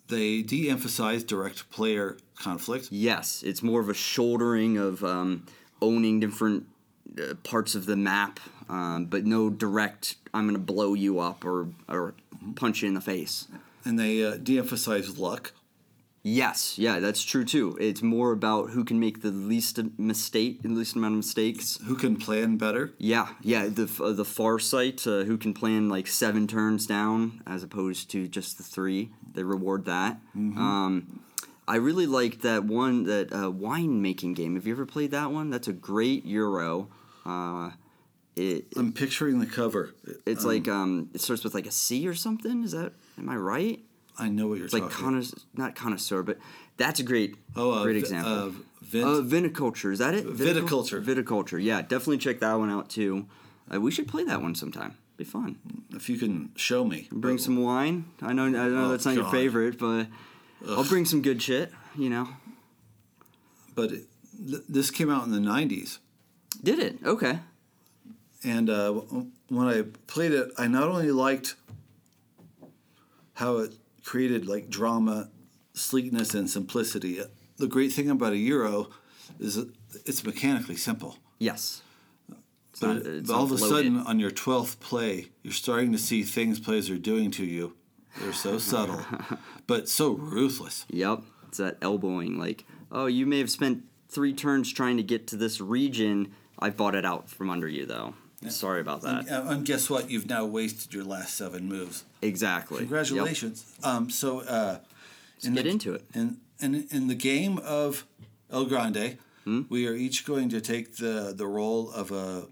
[SPEAKER 3] They de-emphasize direct player conflict.
[SPEAKER 4] Yes, it's more of a shouldering of um, owning different uh, parts of the map, um, but no direct. I'm gonna blow you up or or punch you in the face.
[SPEAKER 3] and they uh, de-emphasize luck.
[SPEAKER 4] Yes, yeah, that's true too. It's more about who can make the least mistake, the least amount of mistakes.
[SPEAKER 3] Who can plan better?
[SPEAKER 4] Yeah, yeah, the f- uh, the far sight uh, who can plan like seven turns down as opposed to just the three. They reward that. Um, I really like that one that uh, wine making game. Have you ever played that one? That's a great Euro. Uh, it
[SPEAKER 3] I'm picturing the cover.
[SPEAKER 4] it's like um, it starts with like a C or something. Is that am I right?
[SPEAKER 3] I know what you're
[SPEAKER 4] It's like
[SPEAKER 3] talking.
[SPEAKER 4] connoisseur, not connoisseur, but that's a great
[SPEAKER 3] oh, uh,
[SPEAKER 4] great
[SPEAKER 3] vi-
[SPEAKER 4] example.
[SPEAKER 3] Uh, vin-
[SPEAKER 4] Uh, viniculture, is that it? Viticul-
[SPEAKER 3] Viticulture.
[SPEAKER 4] Viticulture, yeah. Definitely check that one out too. Uh, we should play that one sometime. Be fun.
[SPEAKER 3] if you can show me,
[SPEAKER 4] Bring some wine. I know, I know
[SPEAKER 3] Uh, Oh,
[SPEAKER 4] that's not your
[SPEAKER 3] God.
[SPEAKER 4] favorite, but I'll bring some good shit. You know,
[SPEAKER 3] But it, th- this came out in the '90s,
[SPEAKER 4] did it? Okay.
[SPEAKER 3] and uh, w- when I played it, I not only liked how it created like drama, sleekness, and simplicity. uh, The great thing about a euro is that it's mechanically simple.
[SPEAKER 4] Yes. It's
[SPEAKER 3] But
[SPEAKER 4] not-
[SPEAKER 3] it-
[SPEAKER 4] it's
[SPEAKER 3] but all
[SPEAKER 4] not
[SPEAKER 3] of a
[SPEAKER 4] bloated.
[SPEAKER 3] sudden, uh, on your 12th play, you're starting to see things players are doing to you. They're so subtle, but so ruthless.
[SPEAKER 4] Yep. It's that elbowing. Like, oh, you may have spent three turns trying to get to this region. I bought it out from under you, though. Sorry about that.
[SPEAKER 3] And, and guess what? You've now wasted your last seven moves.
[SPEAKER 4] Exactly. Yep.
[SPEAKER 3] Congratulations. Um, so, uh, in
[SPEAKER 4] get into it.
[SPEAKER 3] In, in, in the game of El Grande,
[SPEAKER 4] Hmm?
[SPEAKER 3] we are each going to take the, the role of a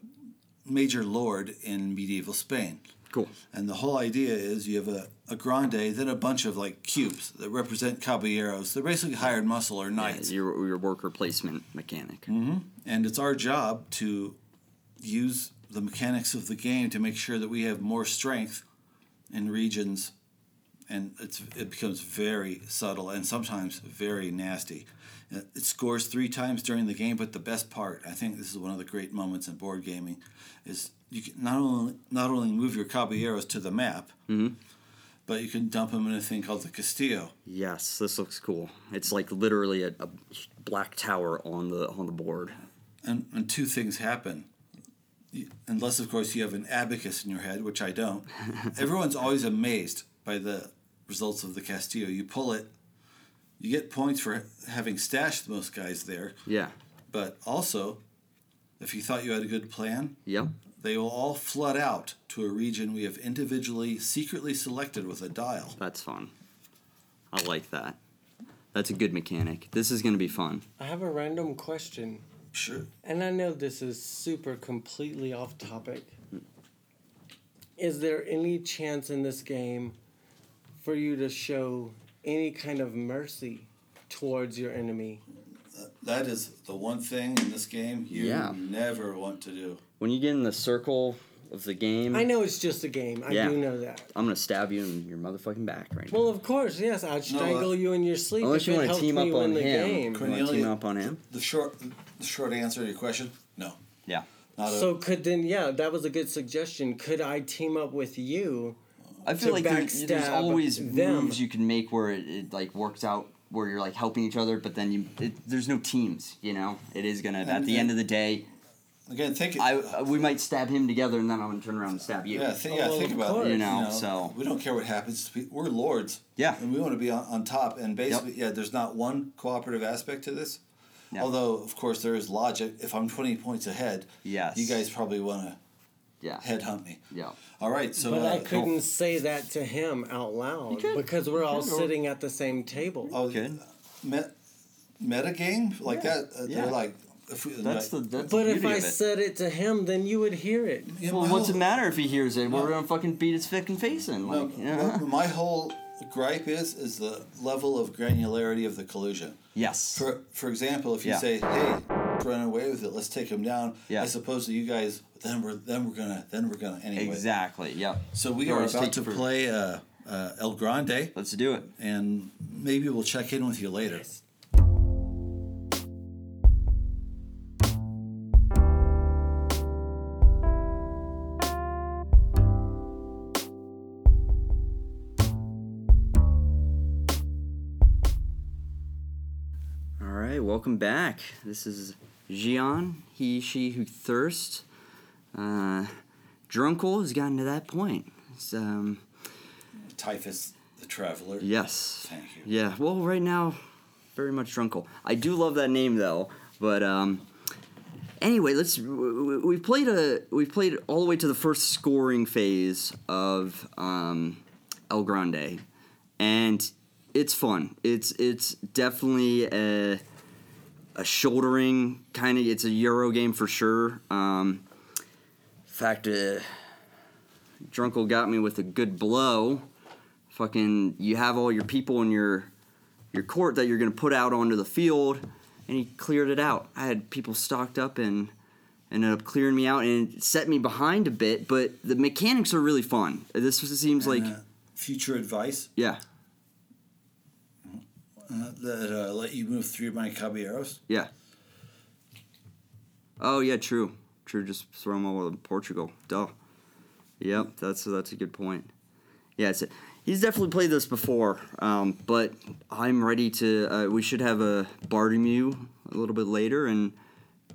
[SPEAKER 3] major lord in medieval Spain.
[SPEAKER 4] Cool.
[SPEAKER 3] And the whole idea is you have a, a grande, then a bunch of like cubes that represent caballeros. They're basically hired muscle or knights.
[SPEAKER 4] Your, your worker placement mechanic.
[SPEAKER 3] and it's our job to use the mechanics of the game to make sure that we have more strength in regions. And it's, it becomes very subtle and sometimes very nasty. Uh, It scores three times during the game, but the best part, I think this is one of the great moments in board gaming, is you can not only not only move your caballeros to the map, but you can dump them in a thing called the Castillo.
[SPEAKER 4] Yes, this looks cool. It's like literally a, a black tower on the on the board.
[SPEAKER 3] and, and two things happen. You- Unless, of course, you have an abacus in your head, which I don't. Everyone's always amazed by the results of the Castillo. You pull it, you get points for having stashed most guys there,
[SPEAKER 4] Yeah.
[SPEAKER 3] but also, if you thought you had a good plan,
[SPEAKER 4] Yep.
[SPEAKER 3] they will all flood out to a region we have individually secretly selected with a dial.
[SPEAKER 4] That's fun. I like that. That's a good mechanic. This is gonna be fun.
[SPEAKER 1] I have a random question,
[SPEAKER 3] Sure.
[SPEAKER 1] and I know this is super completely off topic. Is there any chance in this game for you to show any kind of mercy towards your enemy?
[SPEAKER 3] That is the one thing in this game you
[SPEAKER 4] Yeah.
[SPEAKER 3] never want to do.
[SPEAKER 4] When you get in the circle of the game,
[SPEAKER 1] I know it's just a game. I
[SPEAKER 4] Mm. Yeah.
[SPEAKER 1] do know that.
[SPEAKER 4] I'm gonna stab you in your motherfucking back right
[SPEAKER 1] Well,
[SPEAKER 4] now.
[SPEAKER 1] of course, yes. I'd strangle you in your sleep.
[SPEAKER 4] uh, Unless
[SPEAKER 1] if
[SPEAKER 4] you
[SPEAKER 1] it
[SPEAKER 4] wanna
[SPEAKER 1] helped
[SPEAKER 4] team
[SPEAKER 1] me
[SPEAKER 4] up on
[SPEAKER 1] win the
[SPEAKER 4] him.
[SPEAKER 1] game.
[SPEAKER 4] You wanna team
[SPEAKER 3] Cornelia-
[SPEAKER 4] up on him?
[SPEAKER 3] The short, the short answer to your question, no.
[SPEAKER 4] Yeah.
[SPEAKER 3] Not
[SPEAKER 1] So could then yeah, that was a good suggestion. Could I team up with you?
[SPEAKER 4] I feel
[SPEAKER 1] To
[SPEAKER 4] like there- there's
[SPEAKER 1] backstab
[SPEAKER 4] always
[SPEAKER 1] them.
[SPEAKER 4] moves you can make where it, it like works out where you're like helping each other, but then you it, there's no teams. You know, it is gonna at
[SPEAKER 3] and-
[SPEAKER 4] the end of the day.
[SPEAKER 3] Again, think.
[SPEAKER 4] I uh, we might stab him together, and then I'm gonna turn around and stab you.
[SPEAKER 3] yeah, think,
[SPEAKER 1] Oh,
[SPEAKER 3] yeah,
[SPEAKER 1] well,
[SPEAKER 3] think
[SPEAKER 1] of
[SPEAKER 3] about
[SPEAKER 1] course.
[SPEAKER 3] it.
[SPEAKER 1] You
[SPEAKER 4] know, so-
[SPEAKER 3] we don't care what happens. We- We're lords.
[SPEAKER 4] Yeah.
[SPEAKER 3] and we want to be on, on top. And basically, yeah, there's not one cooperative aspect to this.
[SPEAKER 4] Yeah.
[SPEAKER 3] Although, of course, there is logic. If I'm 20 points ahead,
[SPEAKER 4] Yes.
[SPEAKER 3] you guys probably want
[SPEAKER 4] Yeah.
[SPEAKER 3] to headhunt me.
[SPEAKER 4] Yeah.
[SPEAKER 3] All right, so
[SPEAKER 1] But
[SPEAKER 3] uh,
[SPEAKER 1] I couldn't say that to him out loud
[SPEAKER 4] could.
[SPEAKER 1] because we're all
[SPEAKER 4] could, or-
[SPEAKER 1] sitting at the same table.
[SPEAKER 3] oh,
[SPEAKER 4] Okay.
[SPEAKER 3] Met, meta game like
[SPEAKER 4] Yeah,
[SPEAKER 3] that. Uh,
[SPEAKER 4] yeah.
[SPEAKER 3] They're like, if we,
[SPEAKER 4] That's the
[SPEAKER 3] like,
[SPEAKER 4] that's
[SPEAKER 1] but
[SPEAKER 4] the
[SPEAKER 1] if
[SPEAKER 4] beauty
[SPEAKER 1] I
[SPEAKER 4] of it.
[SPEAKER 1] said it to him, then you would hear it.
[SPEAKER 3] Yeah,
[SPEAKER 4] well,
[SPEAKER 3] my
[SPEAKER 4] what's
[SPEAKER 3] whole-
[SPEAKER 4] the matter if he hears it? We're gonna fucking beat his fucking face in.
[SPEAKER 3] No,
[SPEAKER 4] Like, you know?
[SPEAKER 3] no, my whole gripe is is the level of granularity of the collusion.
[SPEAKER 4] yes.
[SPEAKER 3] For for example, if you
[SPEAKER 4] Yeah.
[SPEAKER 3] say, "Hey, run away with it, let's take him down,"
[SPEAKER 4] Yeah.
[SPEAKER 3] as opposed to you guys, then we're then we're gonna then we're gonna anyway.
[SPEAKER 4] exactly. Yep.
[SPEAKER 3] So we
[SPEAKER 4] Or
[SPEAKER 3] are
[SPEAKER 4] just
[SPEAKER 3] about
[SPEAKER 4] take
[SPEAKER 3] to
[SPEAKER 4] for-
[SPEAKER 3] play a, a uh, El Grande,
[SPEAKER 4] Let's do it.
[SPEAKER 3] and maybe we'll check in with you later.
[SPEAKER 4] All right, welcome back. This is Gian, he, she who thirsts. Uh, Drunkle has gotten to that point. It's, um,
[SPEAKER 3] Typhus the Traveler.
[SPEAKER 4] yes.
[SPEAKER 3] Thank you.
[SPEAKER 4] Yeah, well, right now, very much Drunkle. I do love that name, though, but, um, anyway, let's. w- w- We played a. We played all the way to the first scoring phase of um, El Grande, and it's fun. It's it's definitely a, a shouldering kind of. It's a Euro game for sure. Um, in fact, uh, Drunkle got me with a good blow. Fucking, you have all your people in your your court that you're going to put out onto the field, and he cleared it out. I had people stocked up and ended up clearing me out and it set me behind a bit, but the mechanics are really fun. This seems like,
[SPEAKER 3] And, uh, future advice
[SPEAKER 4] yeah,
[SPEAKER 3] uh, that uh, let you move through my caballeros.
[SPEAKER 4] yeah. Oh yeah, true, true. Just throw them all in Portugal. Duh. Yep, that's that's a good point. Yeah, it's he's definitely played this before, um, but I'm ready to. Uh, we should have a Bartomeu a little bit later, and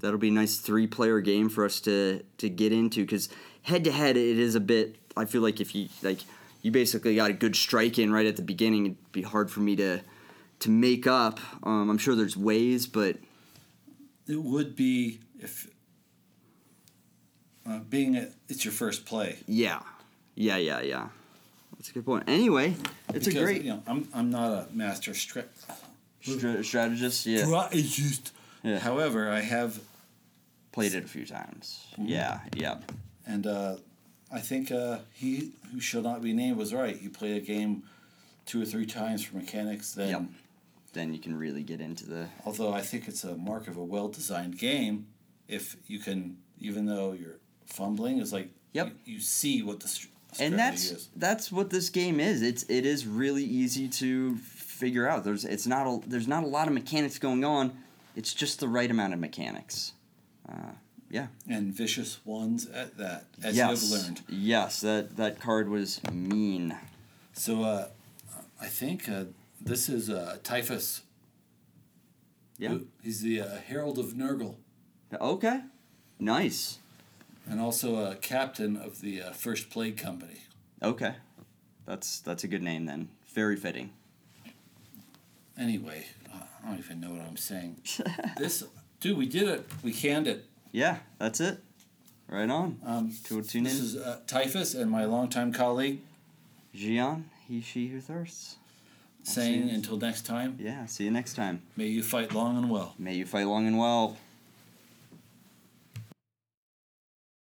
[SPEAKER 4] that'll be a nice three-player game for us to to get into because head-to-head it is a bit. I feel like if you like, you basically got a good strike in right at the beginning. It'd be hard for me to to make up. Um, I'm sure there's ways, but
[SPEAKER 3] It would be if uh, being it, it's your first play.
[SPEAKER 4] yeah, yeah, yeah, yeah. That's a good point. Anyway, it's a
[SPEAKER 3] Because,
[SPEAKER 4] great
[SPEAKER 3] You know, I'm I'm not a master stri-
[SPEAKER 4] stra- strategist. Yeah.
[SPEAKER 3] strategist.
[SPEAKER 4] Yeah.
[SPEAKER 3] However, I have,
[SPEAKER 4] played it a few times.
[SPEAKER 3] Mm-hmm.
[SPEAKER 4] Yeah, yeah.
[SPEAKER 3] and uh, I think uh, he who shall not be named was right. You play a game two or three times for mechanics. Then,
[SPEAKER 4] Yep. Then you can really get into the
[SPEAKER 3] although I think it's a mark of a well-designed game, if you can, even though you're fumbling, is like
[SPEAKER 4] Yep.
[SPEAKER 3] you, you see what the str- strategy
[SPEAKER 4] and that's
[SPEAKER 3] is.
[SPEAKER 4] that's what this game is. It's it is really easy to figure out. There's it's not a there's not a lot of mechanics going on. It's just the right amount of mechanics. Uh, yeah.
[SPEAKER 3] and vicious ones at that, as
[SPEAKER 4] yes.
[SPEAKER 3] you have learned.
[SPEAKER 4] Yes. That that card was mean.
[SPEAKER 3] So uh, I think uh, this is uh, Typhus.
[SPEAKER 4] Yeah.
[SPEAKER 3] Who- He's the uh, Herald of Nurgle
[SPEAKER 4] Okay. Nice.
[SPEAKER 3] and also a captain of the uh, First Plague Company.
[SPEAKER 4] Okay. That's that's a good name then. Very fitting.
[SPEAKER 3] Anyway, uh, I don't even know what I'm saying. this, dude, we did it. We canned it.
[SPEAKER 4] Yeah. That's it. Right on.
[SPEAKER 3] Um,
[SPEAKER 4] to tune
[SPEAKER 3] This
[SPEAKER 4] in.
[SPEAKER 3] is uh, Typhus and my longtime colleague
[SPEAKER 4] Gian, he, she who thirsts.
[SPEAKER 3] saying until next time,
[SPEAKER 4] Yeah, see you next time.
[SPEAKER 3] may you fight long and well.
[SPEAKER 4] May you fight long and well.